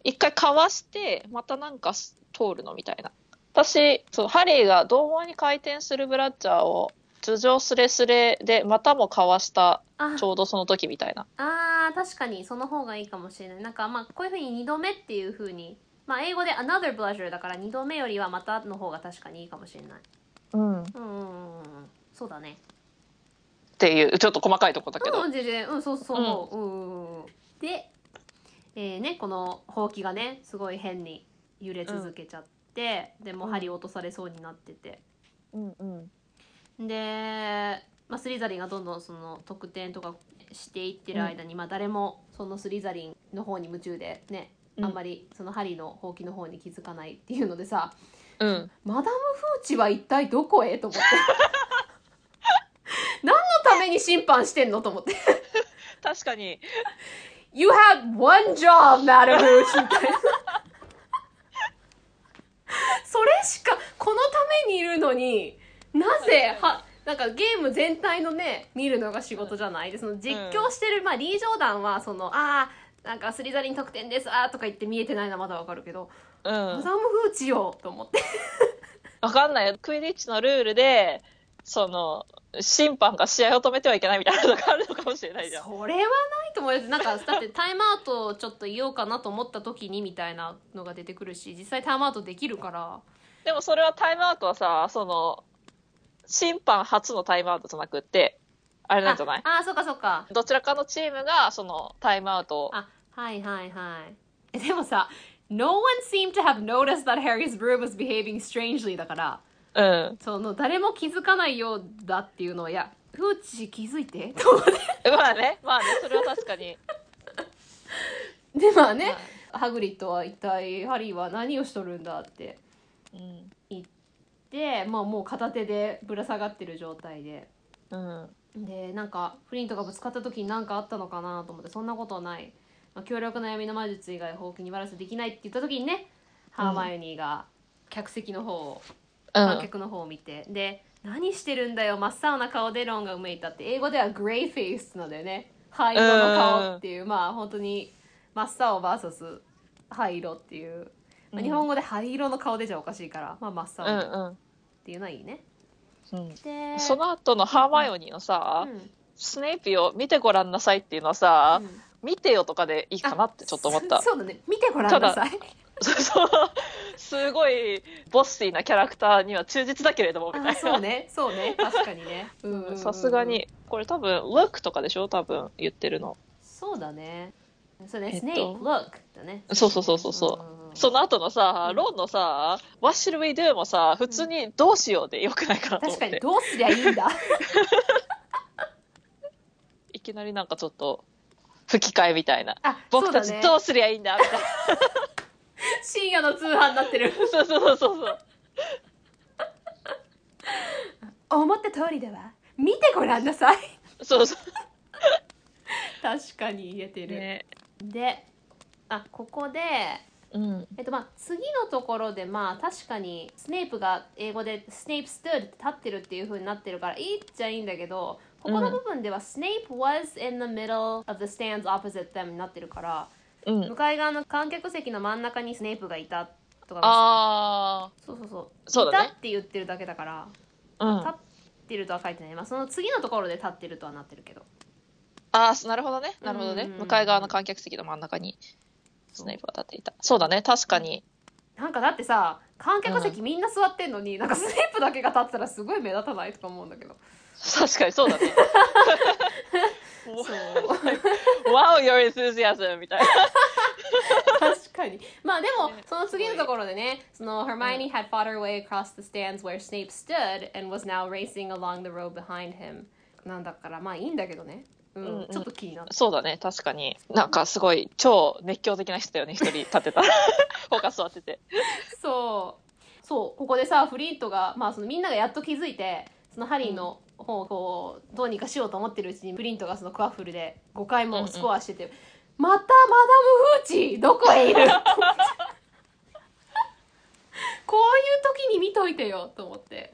D: ?1 回かわしてまたなんかす通るのみたいな私そうハリーが同門に回転するブラッチャーを頭上スレスレでまたもかわした
B: あ
D: ちょうどその時みたいな
B: あー確かにその方がいいかもしれないなんかまあこういうふうに2度目っていうふうにまあ英語で「another pleasure」だから2度目よりはまたの方が確かにいいかもしれない
D: うんっ
B: うんうんうんうんそうだね
D: ていうちょっと細かいとこだけど
B: うん全然うんそうそう思う、うんうんうんで、えーねこのほうきがねすごい変に揺れ続けちゃって、でもう針落とされそうになってて
D: うんうん
B: で、まあ、スリザリンがどんどんその得点とかしていってる間に、まあ、誰もそのスリザリンの方に夢中でね、
D: うん
B: あんまりそのハリーのほうきの方に気づかないっていうのでさ
D: うん
B: マダム・フーチは一体どこへ と思って何のために審判してんのと思って
D: 確かに
B: 「You had one job, Madam Hooch」み たいな。それしかこのためにいるのになぜはなんかゲーム全体のね見るのが仕事じゃないでその実況してる、まあ、リー・ジョーダンはその「あーなんかスリザリン得点ですあー」とか言って見えてないのはまだわかるけど、
D: うん
B: マダム・フーチよと思って
D: わかんないよ。クイディッチのルールで、その、審判が試合を止めてはいけないみたいなのがあるのかもしれないじゃん。
B: それはないと思いますなんかだってタイムアウトをちょっと言おうかなと思った時にみたいなのが出てくるし実際タイムアウトできるから
D: でもそれはタイムアウトはさ、その、審判初のタイムアウトじゃなくって、あれなんじゃない
B: ああそうかそうか
D: どちらかのチームがそのタイムアウトを。
B: あはいはいはいえでもさ No one seemed to have noticed that Harry's room was behaving strangely だから
D: うん。
B: その誰も気づかないようだっていうのはいやプーチ気づいて と思って
D: まあね、まあね、それは確かに。
B: でまあね、ハグリッドは一体ハリーは何をしとるんだって
D: うん。
B: で、まあ、もう片手でぶら下がってる状態で
D: うん。
B: でなんかフリントがぶつかった時に何かあったのかなと思ってそんなことない、まあ、強力な闇の魔術以外ほうきにバランスできないって言った時にね、ハーマイオニーが客席の方を
D: う
B: 観
D: ん。
B: 客の方を見てで「何してるんだよ真っ青な顔でロンがうめいた」って英語ではグレイフェイスなんだよね灰色の顔っていうまあ本当に真っ青 VS 灰色っていう、まあ
D: うん
B: 日本語で灰色の顔でじゃおかしいから、まあ、真
D: う
B: っ青っ
D: ん
B: ていうのはいいね。
D: うん。
B: で
D: その後のハーマイオニーの
B: う
D: さ、
B: ん
D: スネイピーを見てごらんなさいっていうのはさ、
B: うん
D: 見てよとかでいいかなってちょっと思った
B: そ。そうだね見てごらんなさい
D: そうすごいボスティーなキャラクターには忠実だけれどもみた
B: あ
D: い
B: そう
D: な。
B: ねそうね確かにねうんうんうんうん
D: さすがに、これ多分、look とかでしょ多分言ってるの。
B: そうだねそうね、
D: えっと
B: Snape look だね
D: そうそうそうそうそう。
B: んんん
D: その後のさ、ロンのさ、What should we do? もさ、普通にどうしようでよくないかなと思っ
B: 確かに
D: て。
B: どうすりゃいいんだ
D: いきなりなんかちょっと、吹き替えみたいな。
B: あ
D: 僕たち
B: そうだね
D: どうすりゃいいんだみたいな。
B: 深夜の通販になってる
D: そうそうそうそうそう。
B: 思った通りだわ見てごらんなさい
D: そうそ
B: 確かに言えて
D: う。
B: る、
D: ね。
B: であここで
D: うん。
B: えっとまあ次のところでまあ確かにスネープが英語で「スネープ stood」って立ってるっていう風になってるからいいっちゃいいんだけどここの部分では「スネープ was in the middle of the stands opposite them」になってるから
D: うん。
B: 向かい側の観客席の真ん中にスネープがいたとか
D: あ
B: そうそうそう
D: そうだね
B: いたって言ってるだけだから
D: ー。うん。
B: 立ってるとは書いてない、まあ、その次のところで立ってるとはなってるけど
D: ああ、なるほどね。なるほどね。
B: うん
D: 向かい側の観客席の真ん中にスネイプが立っていた。そうだね。確かに。
B: なんかだってさ観客席みんな座ってんのに、なんかスネープだけが立ってたらすごい目立たないとか思うんだけど
D: 確かにそうだ ね。
B: そう
D: wow, your enthusiasm! みたいな。
B: 確かにまあでも
D: ね
B: その次のところでねその Hermione had fought her way across the stands where Snape stood and was now racing along the road behind him なんだからまあいいんだけどねうん、
D: うんうん
B: ちょっと気になった
D: そうだね。確かに。なんかすごい超熱狂的な人だよね。一人立 ってた。他座ってて。
B: そうそうここでさフリートが、まあ、そのみんながやっと気づいてそのハリーの方をこうどうにかしようと思ってるうちにフリントがそのクワッフルで5回もスコアしてて「またマダム・フーチどこ へいる? 」こういう時に見といてよと思って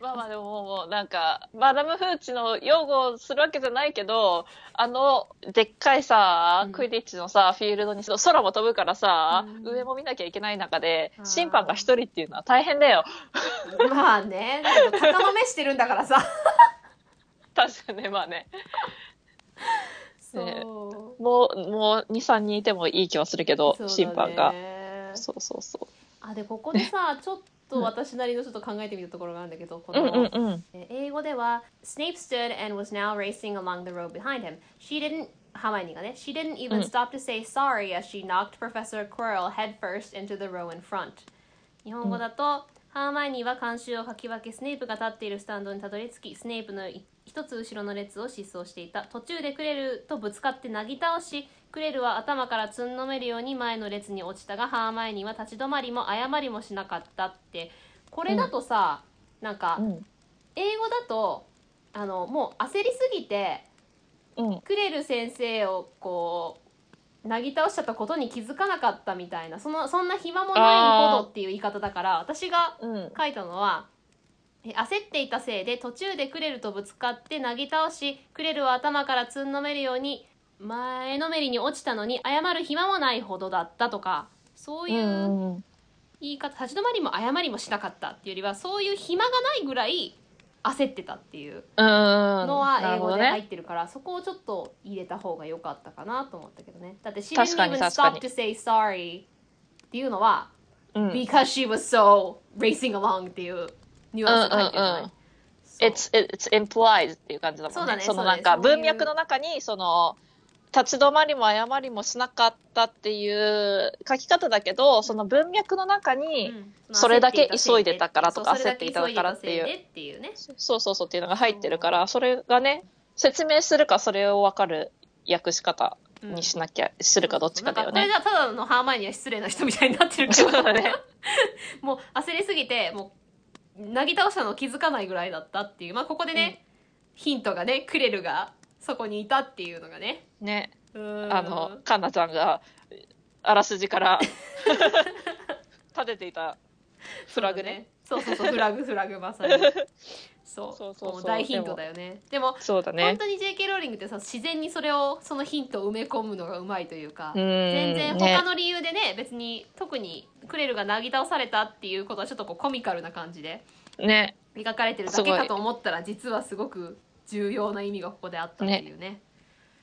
D: まあまあでももうもうなんか、マダム・フーチの擁護をするわけじゃないけど、あの、でっかいさ、
B: うん
D: クイディッチのさ、フィールドに空も飛ぶからさ、
B: うん
D: 上も見なきゃいけない中で
B: あ、ー
D: 審判が一人っていうのは大変だよ。
B: まあねだけど鷹の目してるんだからさ
D: 確かにね、まあね。 ね
B: そ
D: もう、もう2、3人いてもいい気はするけど、
B: う
D: 審判が。
B: そう
D: そうそうそ
B: だねあでここでさちょっと私なりのちょっと考えてみたところがあるんだけどこ
D: う。う
B: の、
D: んうんうん。
B: えー英語では Snape stood and was now racing along the road behind him. She didn't ハーマイオニーがね She didn't
D: う
B: even
D: ん
B: stop to say sorry as she knocked Professor Quirrell headfirst into the row in front. 日本語だと、ハーマイオニーは監修をかき分けスネープが立っているスタンドにたどり着きスネープのい一つ後ろの列を疾走していた途中でクレルとぶつかってなぎ倒しクレルは頭からつんのめるように前の列に落ちたがハーマイオニーは立ち止まりも謝りもしなかったってこれだとさ、なんか、
D: うん
B: 英語だとあのもう焦りすぎて
D: うん。
B: クレル先生をこうなぎ倒しちゃったことに気づかなかったみたいなそのそんな暇もないほどっていう言い方だから私が
D: うん。
B: 書いたのはえ焦っていたせいで途中でクレルとぶつかってなぎ倒しクレルは頭からつんのめるように前のめりに落ちたのに謝る暇もないほどだったとかそういううん
D: うん。
B: 言い方立ち止まりも謝りもしなかったっていうよりはそういう暇がないぐらい焦ってたっていうのは
D: な
B: 英
D: るほ
B: 語
D: ど
B: で入
D: ね。
B: ってるからそこをちょっと入れた方が良かったかなと思ったけどねだって she
D: 確
B: didn't
D: かに
B: even
D: 確か
B: stop
D: に
B: to say sorry っていうのは、
D: うん
B: because she was so racing along っていうニュアンスが入ってるじゃない、
D: うんうんうん
B: そう
D: It's, it's implied っていう感じだ
B: そ
D: も
B: うんだ
D: ね。
B: ね
D: その
B: そうだ
D: な
B: ね
D: んか
B: そういう
D: 文脈の中に、その、立ち止まりも誤りもしなかったっていう書き方だけど、その文脈の中に、
B: うん
D: それだけ急いでたからとか
B: そうそれだけ
D: 焦っていたからっていう
B: 急でたせでっていうね
D: そうそうそうっていうのが入ってるから、それがね、説明するかそれを分かる訳し方にしなきゃ、するかどっちかだよ
B: なん
D: ね。
B: これがただのハーマイオニーは失礼な人みたいになってるけ
D: そ
B: ど
D: うだね。
B: もう焦りすぎてもうなぎ倒したのを気づかないぐらいだったっていうまあここでね、ヒントがねクレルがそこにいたっていうのがね
D: ね。
B: うーん
D: あの、カンナちゃんが、あらすじから立てていたフラグね。
B: そうそ うそうフラグフラグまさにそ
D: そう
B: う
D: そうそう
B: もう大ヒントだよねでも
D: そうだ
B: 本
D: ね。
B: 当に JK ローリングってさ自然にそれをそのヒントを埋め込むのがうまいというか、
D: うん
B: 全然
D: ね
B: 他の理由でね別に特にクレルがなぎ倒されたっていうことはちょっとこうコミカルな感じで
D: ね。
B: 描かれてるだけかと思ったら実はすごく重要な意味がここであったっていうね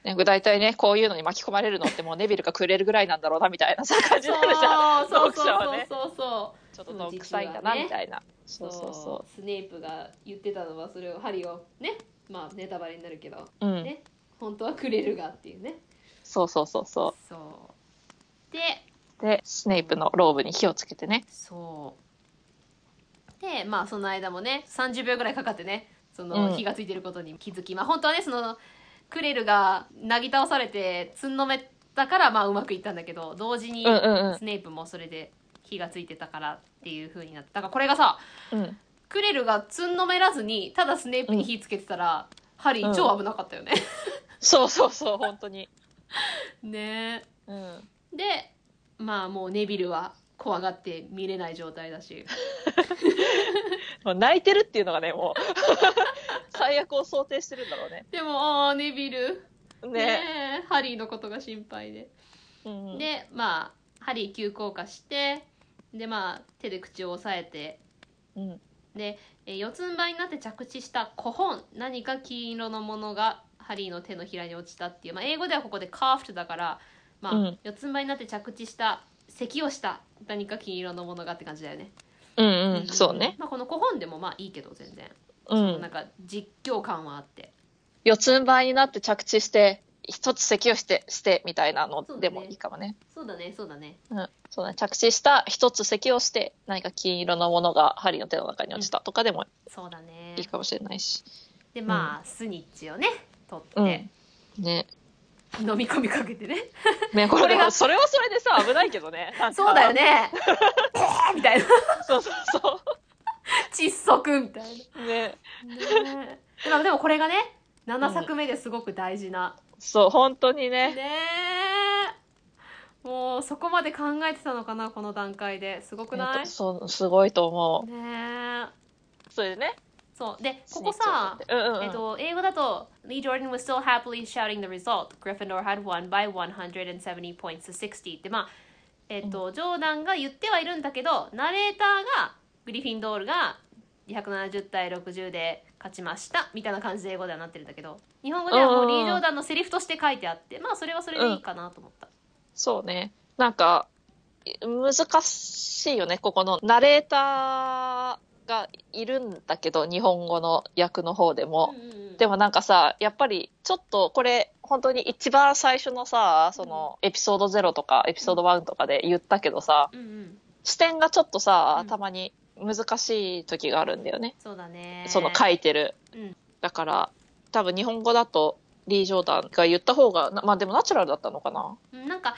D: ね大体ね、こういうのに巻き込まれるのってもうネビルがくれるぐらいなんだろうなみたい なさ感じ
B: そう
D: になるじゃん。
B: そう
D: 読者はね。
B: そうそうそう
D: ちょっとどんくさいんだなみたいな。そうそうそ
B: スネープが言ってたのはそれをハリーをねまあネタバレになるけど
D: う。うん。
B: ね本当はくれるがっていうね
D: そうそうそうそ
B: そうで
D: う。で、スネイプのローブに火をつけてね。
B: そうでまあその間もね30秒ぐらいかかってねその
D: うん
B: 火がついてることに気づき、まあ本当はねそのクレルがなぎ倒されてつんのめたからまあうまくいったんだけど同時に
D: うんうん
B: スネープもそれで火がついてたからっていう風になってだからこれがさ
D: うん。うん。
B: クレルがつんのめらずにただスネープに火つけてたら、ハリー超危なかったよね、
D: そうそうそう、本当に。
B: ね
D: うん。
B: えでまあもうネビルは怖がって見れない状態だし
D: もう泣いてるっていうのがね、もう、 最悪を想定してるんだろうね。
B: でもああネビル
D: ね。
B: ねえハリーのことが心配で、
D: うん。
B: でまあハリー急降下してでまあ手で口を押さえて
D: うん。
B: で、えー四つん這いになって着地した古本何か金色のものがハリーの手のひらに落ちたっていう、まあ、英語ではここでカーフトだから、まあ
D: うん
B: 四つん這いになって着地した咳をした何か金色のものがって感じだよね。
D: うんうん。そうね。
B: まあ、この古本でもまあいいけど全然、
D: う
B: なん
D: ん。
B: か実況感はあって
D: 四つん這いになって着地して、一つ咳をして、して、みたいなのでもいいかもね。
B: そうだねそうだね
D: うん、そうだね着地した一つ席をして何か金色のものが針の手の中に落ちたとかでも
B: そうだね
D: いいかもしれないし、
B: でまあ、スニッチをね取
D: うん
B: って、
D: ね
B: 飲み込みかけてね
D: ねこ
B: こ
D: れ
B: れが
D: がそれはそれでさ危ないけどね
B: そうだよ
D: ね
B: ね みたいな
D: そうそうそ
B: 窒息みたいな。
D: うね
B: ねえまあでもこれがね7作目ですごく大事な、
D: そう本当にね
B: ねえもうそこまで考えてたのかなこの段階ですごくない
D: ねそうすごいと思
B: ねえ
D: うそれでね
B: そうでここさ
D: スニッチを取ってうんうんうん、
B: えっと、英語だと、Lee Jordan was still happily shouting the result. Gryffindor had won by 170 points to 60. って、まあ、えっと、ジョーダンが言ってはいるんだけど、ナレーターが、グリフィンドールが170対60で勝ちました。みたいな感じで英語ではなってるんだけど、日本語ではもう
D: うんうんうん
B: リー・ジョーダンのセリフとして書いてあって、まあ、それはそれでいいかなと思った。
D: そうねなんか難しいよねここのナレーターがいるんだけど日本語の訳の方でも、で
B: も、
D: もなんかさやっぱりちょっとこれ本当に一番最初のさそのエピソード0とかエピソード1とかで言ったけどさ
B: うんうん、
D: 視点がちょっとさ
B: うん
D: たまに難しい時があるんだよね、
B: そうだね。
D: その書いてる、
B: うん
D: だから多分日本語だとリー・ジョーダンが言った方がなまあでもナチュラルだったのかな
B: うんなんか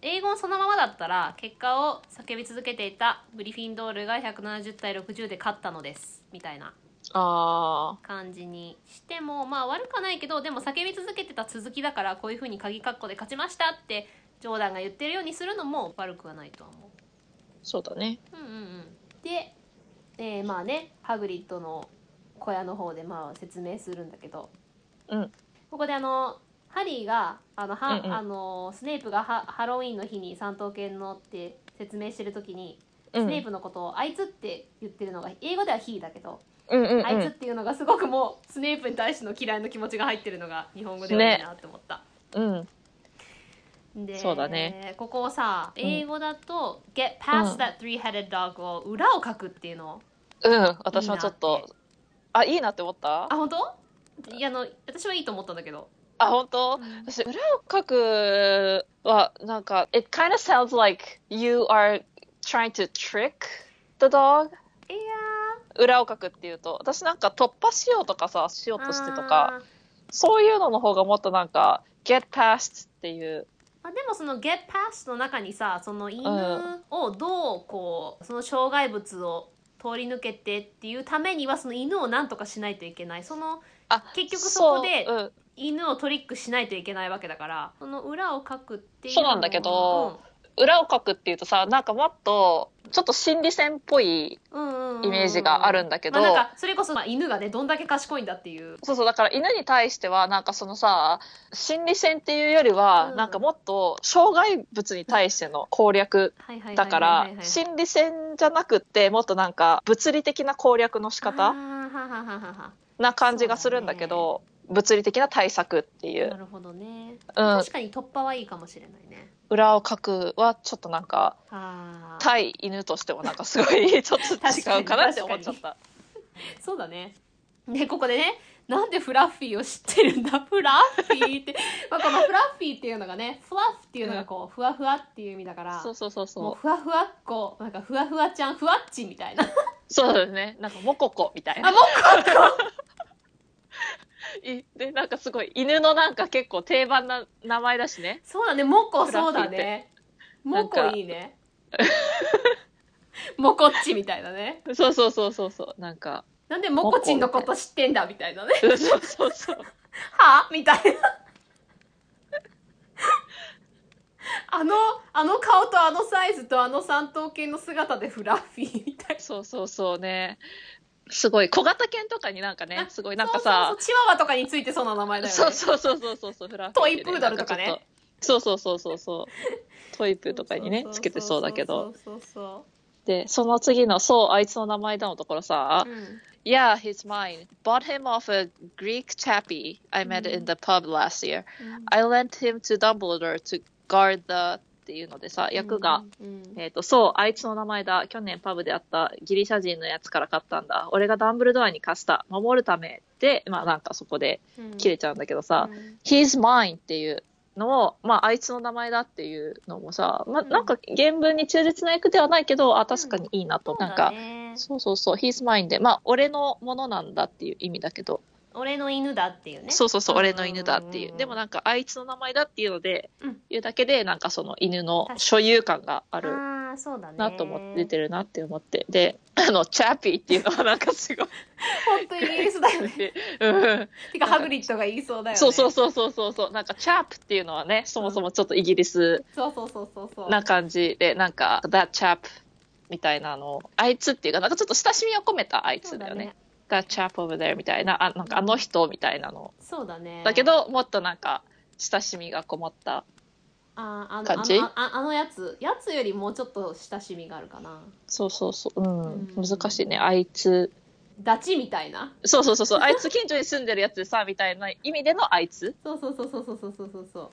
B: 英語そのままだったら結果を叫び続けていたグリフィンドールが170対60で勝ったのですみたいな
D: あ
B: 感じにしてもまあ悪くはないけどでも叫び続けてた続きだからこういうふうに鍵括弧で勝ちましたってジョーダンが言ってるようにするのも悪くはないとは思
D: ーそうだね
B: う。うんうんうん、で、えーまあねハグリッドの小屋の方でまあ説明するんだけど
D: うん
B: ここであのハリーがあのは、
D: うんうん
B: あのスネープがハハロウィンの日に三刀剣のって説明してる時に、
D: う
B: スネー
D: ん
B: プのことを「あいつ」って言ってるのが英語では「ヒー」だけど
D: うんうんうん
B: あいつっていうのがすごくもうスネープに対しての嫌いの気持ちが入ってるのが日本語ではいいなって思った、
D: うん
B: で
D: そうだね
B: ここをさ
D: ん
B: 英語だと「get past that three-headed dog」を裏を書くっていうの
D: うん私もちょっとあいいなって思った
B: あ本当いやあの私はいいと思ったんだけど
D: あ本当私裏を書くはなんか it kind of sounds like you are trying to trick the dog
B: いや
D: 裏を書くっていうと私なんか突破しようとかさしよ
B: ー
D: うとしてとかそういうのの方がもっとなんか get past っていう
B: あでもその「get past」の中にさその犬
D: うん
B: をどうこうその障害物を通り抜けてっていうためにはその犬を何とかしないといけないその
D: あ
B: 結局そこで
D: そううん
B: 犬をトリックしないといけないわけだからその裏を書くっていう
D: そうなんだけど、裏を書くっていうとさなんかもっとちょっと心理戦っぽい
B: うんうんうんうん
D: イメージがあるんだけど、
B: まあ、なんかそれこそまあ犬がねどんだけ賢いんだっていう
D: そうそうだから犬に対してはなんかそのさ心理戦っていうよりは、
B: うん
D: なんかもっと障害物に対しての攻略
B: はいはいは
D: だ
B: いはいはい
D: から心理戦じゃなくってもっとなんか物理的な攻略の仕
B: あ
D: 方
B: ーははははは
D: な感じがするんだけど物理的な対策ってい
B: な
D: う、
B: るほどね、
D: うん、
B: 確かに突破はいいかもしれないね
D: 裏を書くはちょっとなんか
B: ああ
D: 対犬としてもなんかすご いちょっと違うかなって思っちゃった。
B: そうだねでここでねなんでフラッフィーを知ってるんだフラッフィー って、まあ、このフラッフィーっていうのがねフラッフっていうのがこう、ふわふわっていう意味だから
D: そうそうそうそう
B: もうふわふわっこなんかふわふわちゃんふわっちみたい な
D: そうだね。なんか、モココみたい
B: あ
D: な。
B: もう
D: いで、なんかすごい、犬のなんか結構定番な名前だしね。
B: そうだね、モコ
D: フラッフ
B: そ
D: ィー
B: うだね。モコいいね。 モコっちみたいだね。
D: そうそうそうそうそう。なんか、
B: なんでモコチンのこと知ってんだみたいなね。
D: そうそうそう。
B: はみたいな。あの、あの顔とあのサイズとあの三頭犬の姿でフラッフィーみたいな。
D: そうそうそうね。すごい、小型犬とかになんかね、すごい、なんか
B: そ
D: さ
B: うそうそう、チワワとかについてそうな名前だよね。
D: そうそうそうそうそうそう、フラッフィーでね
B: トイプードルとかね。
D: なんちょっそうそうそうそうそう。トイプーとかにね、つけてそうだけど。。
B: そうそうそ
D: で、その次の、そう、あいつの名前だのところさ
B: う、そう。うん。
D: Yeah, he's mine. Bought him off a Greek chappie I met in the pub last year. I lent him to Dumbledore to guard the っていうのでさ、役が、
B: うん。
D: えっ、と、そう、あいつの名前だ。去年パブで会ったギリシャ人のやつから買ったんだ。俺がダンブルドアに貸した。守るためで、まあなんかそこで
B: うん
D: 切れちゃうんだけどさ、
B: うん
D: He's mine っていうのを、まああいつの名前だっていうのもさ、まあ
B: うん
D: なんか原文に忠実な役ではないけど、あ、確かにいいなと。
B: そ
D: な
B: う
D: ん
B: だ
D: か、
B: ね。
D: そうそうそう、He's mine で、まあ俺のものなんだっていう意味だけど、
B: 俺の犬だっていうね。
D: そうそうそう、
B: うん
D: 俺の犬だっていうう。
B: ん
D: でもなんか、あいつの名前だっていうので、
B: うん
D: 言うだけで、なんかその犬の
B: 確かに
D: 所有感がある
B: ああ、そうだね。
D: なと思って、出てるなって思って。で、あの、チャーピーっていうのはなんかすごい。
B: 本当イギリスだよね。
D: うん
B: てか、ハグリッドが言いそうだよね。
D: そうそうそうそうそうそう。なんか、チャープっていうのはね、そもそもちょっとイギリス
B: そうそうそうそうそう。
D: な感じで、なんか、that chap みたいなのを、あいつっていうか、なんかちょっと親しみを込めたあい
B: そ
D: つ
B: う
D: だ
B: だ
D: よね
B: ね。。
D: that chap over there みたいな、あなんかあの人みたいなの。
B: そうだね。
D: だけ、ど、もっとなんか、親しみがこもった
B: あーあのあ
D: 感じ
B: のああのやつ、やつよりもうちょっと親しみがあるかな。
D: そうそうそう、うん、
B: うん
D: 難しいね。あいつ、
B: ダチみたいな。
D: そうそうそうそう、あいつ近所に住んでるやつでさ、みたいな意味でのあいつ。
B: そうそうそうそうそうそうそうそうそ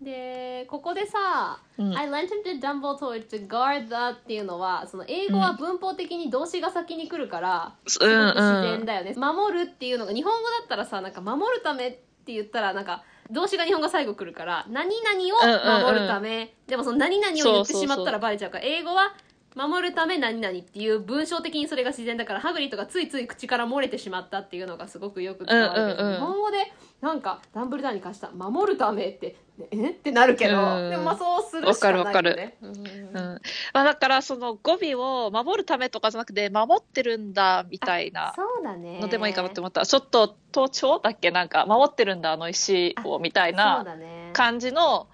B: う。で、ここでさ、
D: うん、
B: I lent him to Dumbledore to guard the っていうのは、その英語は文法的に動詞が先に来るから、
D: す
B: す
D: う
B: ご
D: ん
B: く
D: う
B: 自然
D: ん。
B: だよね、守るっていうのが日本語だったらさなんか守るためって言ったらなんか動詞が日本語最後来るから何々を守るため、でもその何々を言って
D: そうそうそう
B: しまったらバレちゃうから英語は守るため何々っていう文章的にそれが自然だからハグリッドがついつい口から漏れてしまったっていうのがすごくよく伝わるけど、
D: うんうんうん
B: 日本語でなんかダンブルダーに貸した守るためってえってなるけど、
D: うん
B: でもまあそうするしかないよね。
D: わかるわかる
B: うん
D: うんまあ、だからその語尾を守るためとかじゃなくて守ってるんだみたいな
B: そうだね。
D: のでもいいかなって思った、ちょっと盗聴だっけなんか守ってるんだあの石をみたい
B: そう
D: な
B: だね。
D: 感じの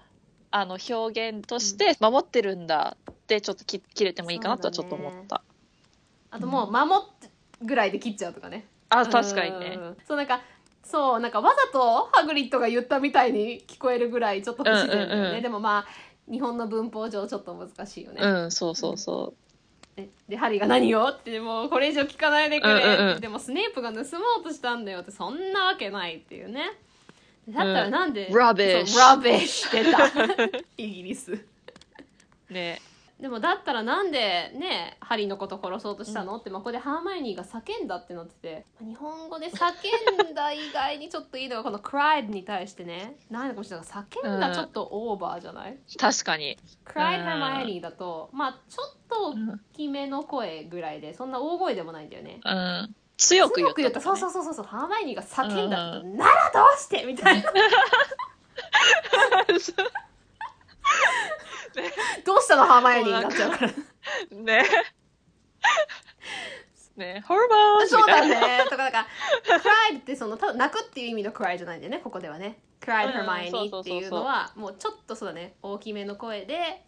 D: あの表現として守ってるんだってちょっとき切れてもいいかなとはちょっと思った、
B: あともう守ってぐらいで切っちゃうとかね。
D: あ確かにね
B: うん。そうなんかそうなんかわざとハグリッドが言ったみたいに聞こえるぐらいちょっと不自然だよね、
D: うんうんうん
B: でもまあ日本の文法上ちょっと難しいよね、
D: うん、そうそうそう。
B: えでハリーが何よってもうこれ以上聞かないでくれ、
D: うんうんうん
B: でもスネープが盗もうとしたんだよってそんなわけないっていうねだったらなんで、
D: うん Rubbish
B: そうラベッシュして たイギリス
D: ね
B: でもだったらなんでねハリーのこと殺そうとしたの、って、まあ、ここでハーマイオニーが叫んだってなっててまあ日本語で叫んだ以外にちょっといいのがこの「cried」に対してね何のかもしれないけど叫んだちょっとオーバーじゃない、
D: 確かに、
B: クライド・ハーマイオニーだと、まあちょっと大きめの声ぐらいでそんな大声でもないんだよね。
D: うん、強く言ったとかね、
B: たそうそうそうそうそうハーマイオニーが叫んだ、
D: う
B: ならどうしてみたいなどうしたのハーマイオニーになっちゃうから
D: ねねホルモン
B: そうだ
D: みたい
B: ねとかだからクライドってそのただ泣くっていう意味のクライじゃないんだよねここではねクライド・ハーマイオニーっていうのはもうちょっとそうだね大きめの声で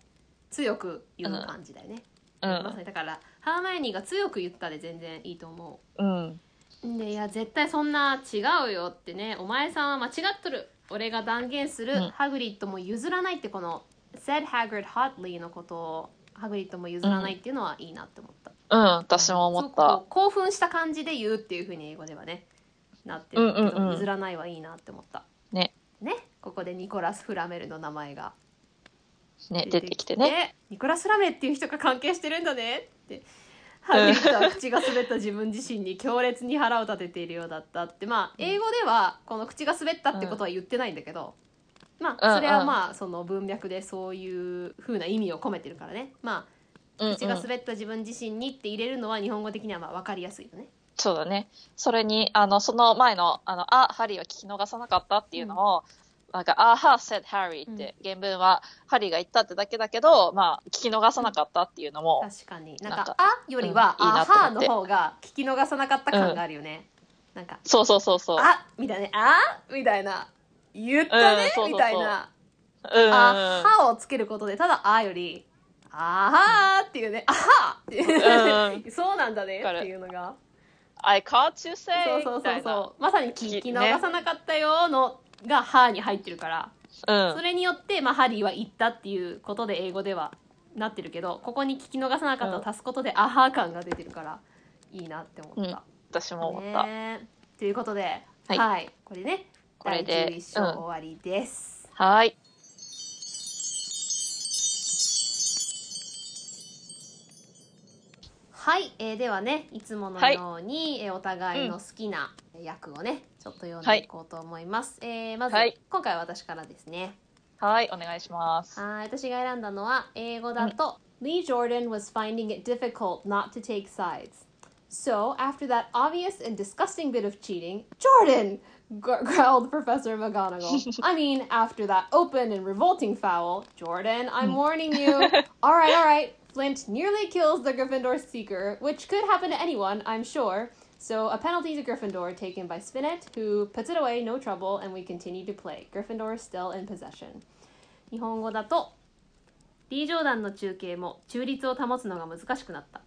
B: 強く言う感じだよね、まさにだからハーマイオニーが強く言ったで全然いいと思う
D: うん、うん、
B: でいや絶対そんな違うよってねお前さんは間違っとる俺が断言する、
D: うん
B: ハグリッドも譲らないってこの said Hagrid hotly のことをハグリッドも譲らないっていうのはいいなって思った、
D: うん、私も思っ
B: す
D: た
B: ごくこう興奮した感じで言うっていうふうに英語ではねなってるけど、
D: うんうんうん
B: 譲らないはいいなって思った
D: ね
B: ねここでニコラス・フラメルの名前が
D: ね出てきてね
B: ニコラス・ラメっていう人が関係してるんだね ってハリーは口が滑った自分自身に強烈に腹を立てているようだったってまあ英語ではこの口が滑ったってことは言ってないんだけど、ま
D: うんう
B: あ
D: ん
B: それはまあその文脈でそういう風な意味を込めてるからねま
D: うんう
B: あ
D: ん
B: 口が滑った自分自身にって入れるのは日本語的にはまあ分かりやすいよね。
D: そうだねそれにあのその前の「あのあハリーは聞き逃さなかった」っていうのを、なんか「あは said Harry」って、原文はハリーが言ったってだけだけどまあ聞き逃さなかったっていうのも、
B: 確かになんか
D: なんか
B: あ」よりは「
D: うんいい
B: あ
D: なと
B: は
D: 思
B: ー
D: っ
B: の
D: て
B: 方が聞き逃さなかった感があるよね。なんか
D: そうそうそうそう
B: あみたいなね、あみたいな。言ったね、
D: うんそうそうそう
B: みたいな。
D: うん
B: あはをつけることで、ただあより、あはーっていうね、あはっていう、 そうなんだね
D: わかる
B: っていうのが。
D: I caught you
B: そう
D: say
B: そう
D: み
B: そ
D: た
B: う
D: いな
B: そう。まさに聞き逃さなかったよのがはに入ってるから。
D: う
B: そ
D: ん
B: れによって、まあ、ハリーは言ったっていうことで英語ではなってるけど、ここに聞き逃さなかったを足すことで、あは感が出てるから、いいなって思った。
D: うん私も思った、
B: ねえということで、は、
D: はいい
B: これね、
D: これで
B: 第11章
D: う
B: 終
D: ん
B: わりです。
D: はーい
B: はい、えーではね、いつものように、えーお互いの好きな役をね、ちょっと読んでいこうと思います。えーまず、
D: はい
B: 今回は私からですね。
D: はいお願いします
B: はい、私が選んだのは英語だと、Lee Jordan was finding it difficult not to take sides. So, after that obvious and disgusting bit of cheating, Jordan! gr- growled Professor McGonagall. I mean, after that open and revolting foul, Jordan, I'm warning you. All right, all right. Flint nearly kills the Gryffindor Seeker, which could happen to anyone, I'm sure. So, a penalty to Gryffindor taken by Spinnet, who puts it away, no trouble, and we continue to play. Gryffindor is still in possession. 日本語だと D ジョーダンの中継も中立を保つのが難しくなった、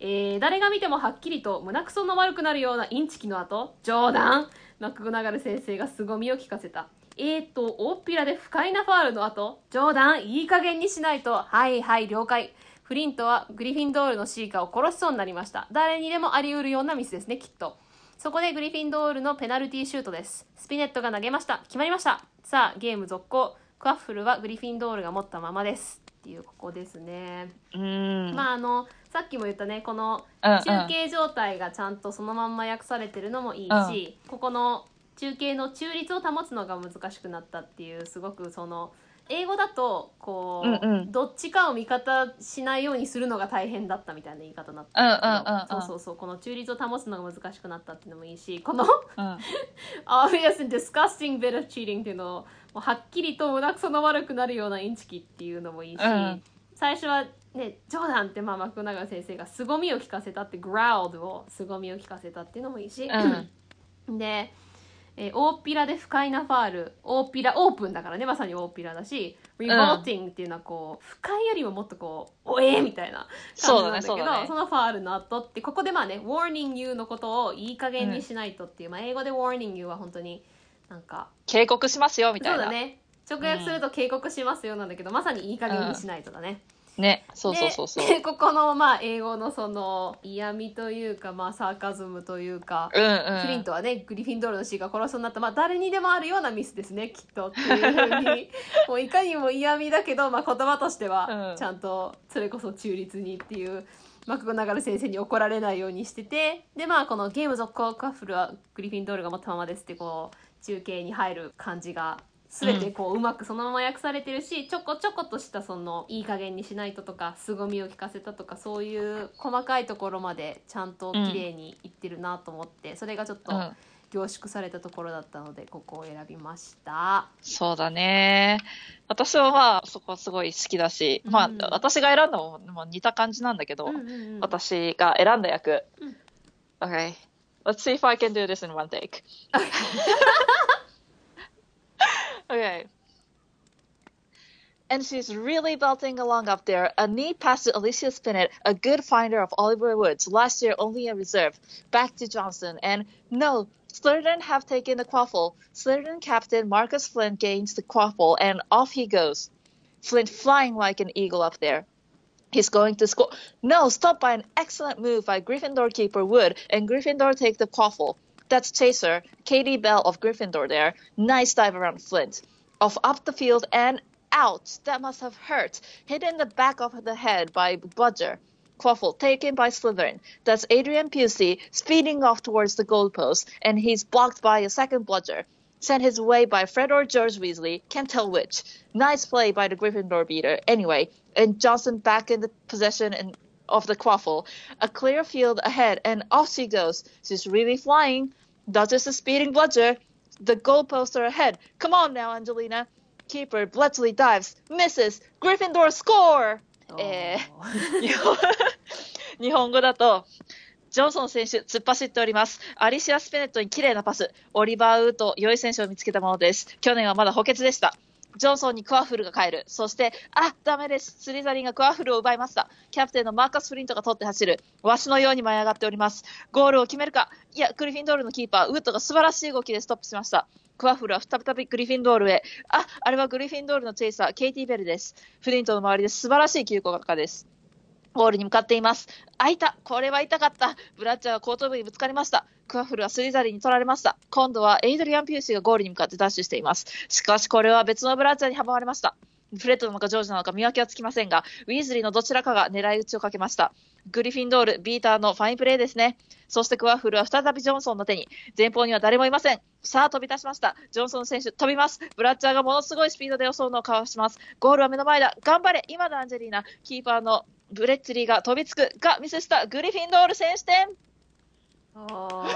B: えー誰が見てもはっきりと胸くその悪くなるようなインチキの後冗談マクゴナガル先生が凄みを聞かせたえー、と大っぴらで不快なファールの後冗談いい加減にしないとはいはい了解フリントはグリフィンドールのシーカーを殺しそうになりました誰にでもあり得るようなミスですねきっとそこでグリフィンドールのペナルティーシュートです。スピネットが投げました。決まりました。さあ、ゲーム続行。クワッフルはグリフィンドールが持ったままです。っていうここですね。
D: うん
B: まあ、あの、さっきも言ったね、この
D: うんうん
B: 中継状態がちゃんとそのまんま訳されてるのもいいし、ここの中継の中立を保つのが難しくなったっていう、すごくその、英語だと、こう、
D: うんうん
B: どっちかを味方しないようにするのが大変だったみたいな言い方になったけど
D: うんうんうんうん
B: そうそうそう、この中立を保つのが難しくなったっていうのもいいし、この
D: うん、
B: obvious and disgusting bit of cheating っていうのをもうはっきりと胸くその悪くなるようなインチキっていうのもいいし、
D: うん
B: 最初はね冗談ってまあマクナガ先生が凄みを聞かせたって growled を凄みを聞かせたっていうのもいいし、
D: うん
B: で、えー大っぴらで不快なファール大っぴらオープンだからねまさに大っぴらだし revolting っていうのはこう不快よりももっとこうおえーみたいな感じなんだけど
D: そうだねそうだね
B: のファールの後ってここでまあね warning you のことをいい加減にしないとっていう、まあ英語で warning you は本当になんか
D: 警告しますよみ
B: そ
D: た
B: う
D: いな
B: だね直訳すると警告しますよなんだけど、まさにいい加減にしないとだね、
D: ね、そうそうそうそう。
B: でここの、まあ、英語のその嫌味というか、まあ、サーカズムというか、
D: うん
B: クリン
D: う
B: トはねグリフィンドールの死が殺すになった、まあ、誰にでもあるようなミスですねきっとっていうふう にもういかにも嫌味だけど、まあ、言葉として
D: う
B: は
D: ん
B: ちゃんとそれこそ中立にっていう。マクゴナガル先生に怒られないようにしててでまあこのゲーム続行カッフルはグリフィンドールが持ったままですってこう中継に入る感じが全てこううまくそのまま訳されてるし、ちょこちょことしたそのいい加減にしないととか凄みを聞かせたとかそういう細かいところまでちゃんと綺麗にいってるなと思って、それがちょっと
D: ん。うん、
B: 凝縮されたところだったのでここを選びました。
D: そうだね。私はまあ、そこはすごい好きだし、まあ
B: うん、
D: 私が選んだのももう似た感じなんだけど、
B: Mm.
D: 私が選んだ役。
B: うん
D: Okay. Let's see if I can do this in one take. okay. And she's really belting along up there. A neat pass to Alicia Spinett, a good finder of Oliver Woods, last year only a reserve. Back to Johnson, and no, Slurden have taken the quaffle. Slurden captain Marcus Flint gains the quaffle, and off he goes. Flint flying like an eagle up there. He's going to score. No, stopped by an excellent move by Gryffindor keeper Wood, and Gryffindor take the quaffle. That's Chaser, Katie Bell of Gryffindor there. Nice dive around Flint. Off up the field and out. That must have hurt. Hit in the back of the head by Budger. Quaffle taken by Slytherin. That's Adrian Pusey speeding off towards the goalpost, and he's blocked by a second Bludger. Sent his way by Fred or George Weasley, can't tell which. Nice play by the Gryffindor beater. Anyway, and Johnson back in the possession and of the quaffle. A clear field ahead, and off she goes. She's really flying. Duchess is speeding Bludger. The goalposts are ahead. Come on now, Angelina. Keeper Bletchley dives, misses. Gryffindor score. Eh. えー日本日本語だと、ジョンソン選手、突っ走っております。アリシア・スペネットに綺麗なパス。オリバー・ウート、良い選手を見つけたものです。去年はまだ補欠でした。ジョンソンにクワッフルが帰る。そして、あ、ダメです。スリザリンがクワッフルを奪いました。キャプテンのマーカス・フリントが取って走る。わしのように舞い上がっております。ゴールを決めるか。いや、グリフィンドールのキーパー、ウートが素晴らしい動きでストップしました。クワッフルは再びグリフィンドールへ。あ、あれはグリフィンドールのチェイサー、ケイティ・ベルです。フリントの周りで素晴らしい急降下です。ゴールに向かっています。あいた、これは痛かった。ブラッチャーは後頭部にぶつかりました。クワッフルはスリザリンに取られました。今度はエイドリアン・ピューシーがゴールに向かってダッシュしています。しかしこれは別のブラッチャーに阻まれました。フレッドなのかジョージなのか見分けはつきませんが、ウィーズリーのどちらかが狙い撃ちをかけました。グリフィンドール、ビーターのファインプレーですね。そしてクワッフルは再びジョンソンの手に。前方には誰もいません。さあ飛び出しました。ジョンソン選手飛びます。ブラッチャーがものすごいスピードで襲うのをかわします。ゴールは目の前だ。頑張れ。今だアンジェリーナ。キーパーのブレッツリーが飛びつくがミスしたグリフィンドール選手点
B: おー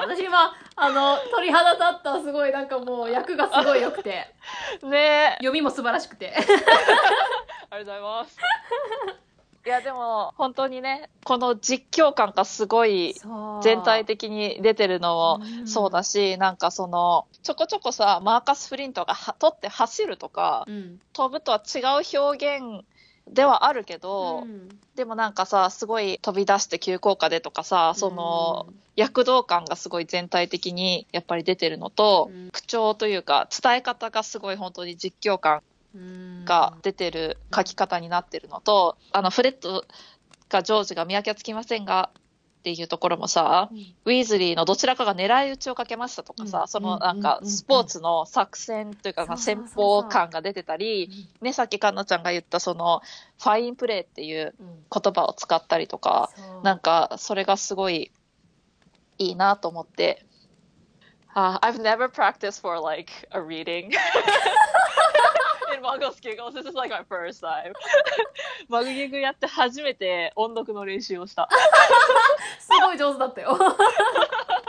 B: 私今あの鳥肌立ったすごいなんかもう役がすごい良くて
D: ねえ
B: 読みも素晴らしくて
D: ありがとうございます いやでも本当にねこの実況感がすごい全体的に出てるのも
B: うん
D: そうだし、なんかそのちょこちょこさマーカス・フリントがは取って走るとか
B: うん
D: 飛ぶとは違う表現ではあるけど、
B: うん
D: でもなんかさすごい飛び出して急降下でとかさその、躍動感がすごい全体的にやっぱり出てるのと、
B: うん
D: 口調というか伝え方がすごい本当に実況感
B: うん
D: が出てる書き方になってるのと、あのフレッドかジョージが見分けはつきませんがっていうところもさ、
B: うん
D: ウィーズリーのどちらかが狙い撃ちをかけましたとかさ、
B: うん
D: その
B: うん
D: なんか
B: うん
D: スポーツの作戦というか、まあ、
B: そうそ
D: 戦
B: うそうそう
D: 法感が出てたり、ね、さっきかんなちゃんが言ったそのファインプレーっていう
B: うん
D: 言葉を使ったりとか、
B: そう
D: なんかそれがすごいいいなと思って。あ I've never practiced for like a reading. In Muggles Giggles, this is like my first time. マグギグやって初めて音読の練習を した。
B: すごい上手だったよ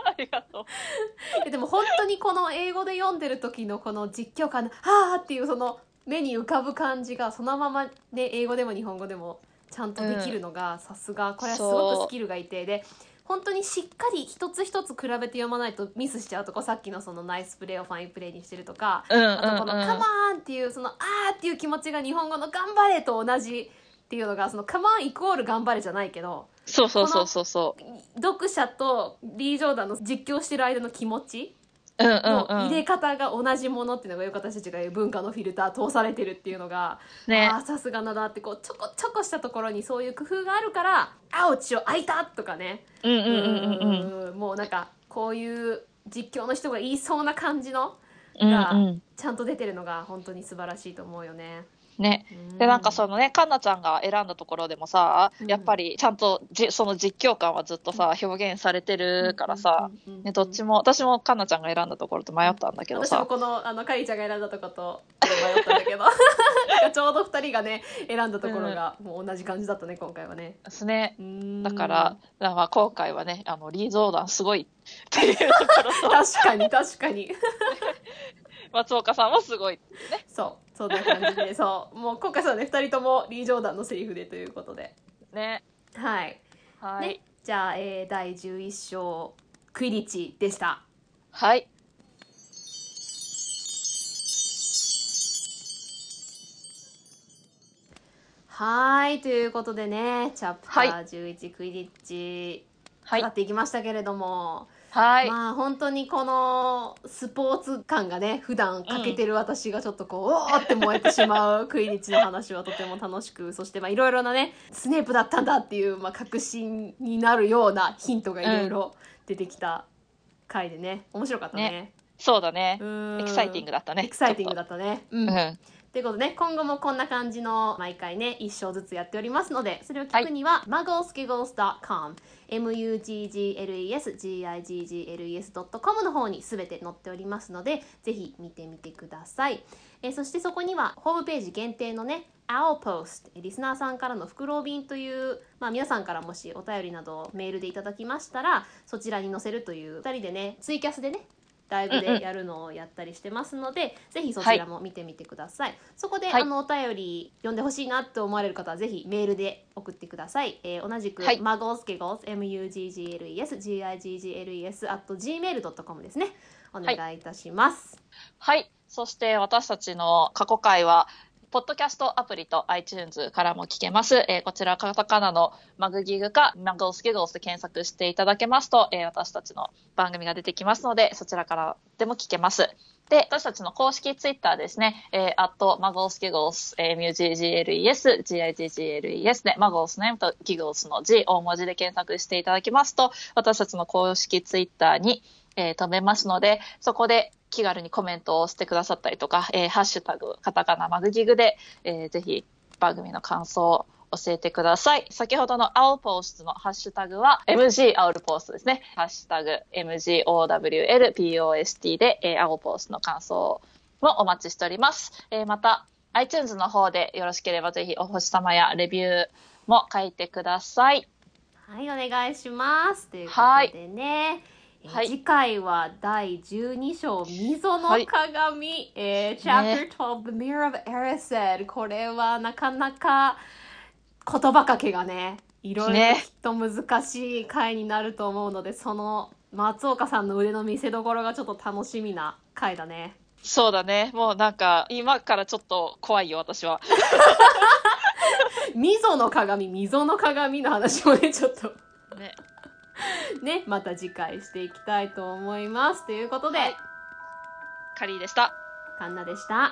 D: ありがとう。
B: えでも本当にこの英語で読んでる時のこの実況感の「はあ」っていうその目に浮かぶ感じがそのままね英語でも日本語でもちゃんとできるのがさすがこれはすご
D: そう
B: くスキルがいてで本当にしっかり一つ一つ比べて読まないとミスしちゃうとこさっきのそのナイスプレーをファインプレーにしてるとか
D: うんうん
B: あとこの「カ
D: うん
B: マ。ーン」っていうその「あー」っていう気持ちが日本語の「頑張れ」と同じっていうのがその「カマーン」イコール「頑張れ」じゃないけど
D: そうそうそうそうそ
B: 読者とリー・ジョーダンの実況してる間の気持ち
D: う。うんうん
B: もう
D: うん
B: 入れ方が同じものっていうのがよく私たちが言う文化のフィルター通されてるっていうのが、
D: ね
B: ああさすがだなってこうちょこちょこしたところにそういう工夫があるから「あおちを開いた!」とかね
D: うんうんうんうんうん
B: うーんもうなんかこういう実況の人が言いそうな感じの
D: うんうん
B: ちゃんと出てるのが本当に素晴らしいと思うよね。
D: ね、
B: うん
D: でなんかそのねかんなちゃんが選んだところでもさ、
B: うん
D: やっぱりちゃんとじその実況感はずっとさ表現されてるからさ、
B: うんうんうん
D: ね、どっちも私もかんなちゃんが選んだところと迷ったんだけど
B: 私も
D: さ、
B: このあのかりんちゃんが選んだとこと迷ったん だけどなんかちょうど2人がね選んだところがもう同じ感じだったね今回はね。
D: ですね
B: うーん
D: だから、まあ、今回はねあのリーゾーダンすごいっていうところと
B: 確かに確かに
D: 松岡さんもすごい
B: そうそんな感じでそうもう今回そうね2人ともリー・ジョーダンのセリフでということで
D: ね
B: はい、
D: はい、
B: ねじゃあ、えー第11章「クイリッチ」でした
D: はい
B: はいということでねチャプタ
D: はい
B: ー11、クイリッチ
D: はい
B: やっていきましたけれども、
D: はい、
B: まあ本当にこのスポーツ感がね普段欠けてる私がちょっとこう、おーって燃えてしまうクイリッチの話はとても楽しくそ してまあいろいろなねスネープだったんだっていう、まあ、確信になるようなヒントがいろいろ出てきた回でね面白かったね
D: ねそうだね
B: うーん
D: エキサイティングだったね
B: エキサイティングだったねうん
D: ちょっとうん
B: ということでね今後もこんな感じの毎回ね一章ずつやっておりますのでそれを聞くには、muggleskiggles.com muggles.giggles.com の方に全て載っておりますのでぜひ見てみてください、えーそしてそこにはホームページ限定のね Our Post リスナーさんからの袋便という、まあ、皆さんからもしお便りなどをメールでいただきましたらそちらに載せるという2人でねツイキャスでねライブ
D: うんうん
B: でやるのをやったりしてますので、ぜひそちらも見てみてください、そこで、
D: はい
B: あのお便り読んでほしいなと思われる方はぜひメールで送ってください、えー同じく、
D: はい
B: マゴスケゴス muggles.giggles at gmail.com ですねお願いいたします、
D: はい。そして私たちの過去回は、ポッドキャストアプリと iTunes からも聞けます。えーこちら、カタカナのマグギグかマグオスギグオスで検索していただけますと、えー私たちの番組が出てきますので、そちらからでも聞けます。で、私たちの公式ツイッターですね、えー、アット、マゴスギゴス、えー、ミュー GGLES、GIGGLES で、マゴスの M とギゴスの G、大文字で検索していただきますと、私たちの公式ツイッターに、えー飛べますので、そこで気軽にコメントをしてくださったりとか、えーハッシュタグ、カタカナマグギグで、えーぜひ番組の感想を教えてください。先ほどの青ポースのハッシュタグは MG 青ポースですね。ハッシュタグ MGOWLPOST で、えー、青ポースの感想もお待ちしております。えーまた iTunes の方でよろしければぜひお星様やレビューも書いてください。
B: はいお願いしますというこ
D: はい
B: とでね、えー
D: はい
B: 次回は第12章「溝の
D: はい
B: 鏡」えー、
D: ね
B: Chapter 12 The Mirror of Erised これはなかなか言葉かけがねいろいろ
D: ね
B: きっと難しい回になると思うので、その松岡さんの腕の見せ所がちょっと楽しみな回だね。
D: そうだね。もうなんか今からちょっと怖いよ私は。
B: 溝の鏡溝の鏡の話もねちょっと
D: ね。
B: ねまた次回していきたいと思います。ということで、
D: はいカリーでした。
B: カンナでした。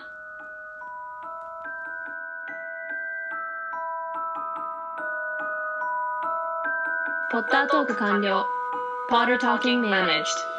C: ポッタートーク完了。Potter Talking Managed.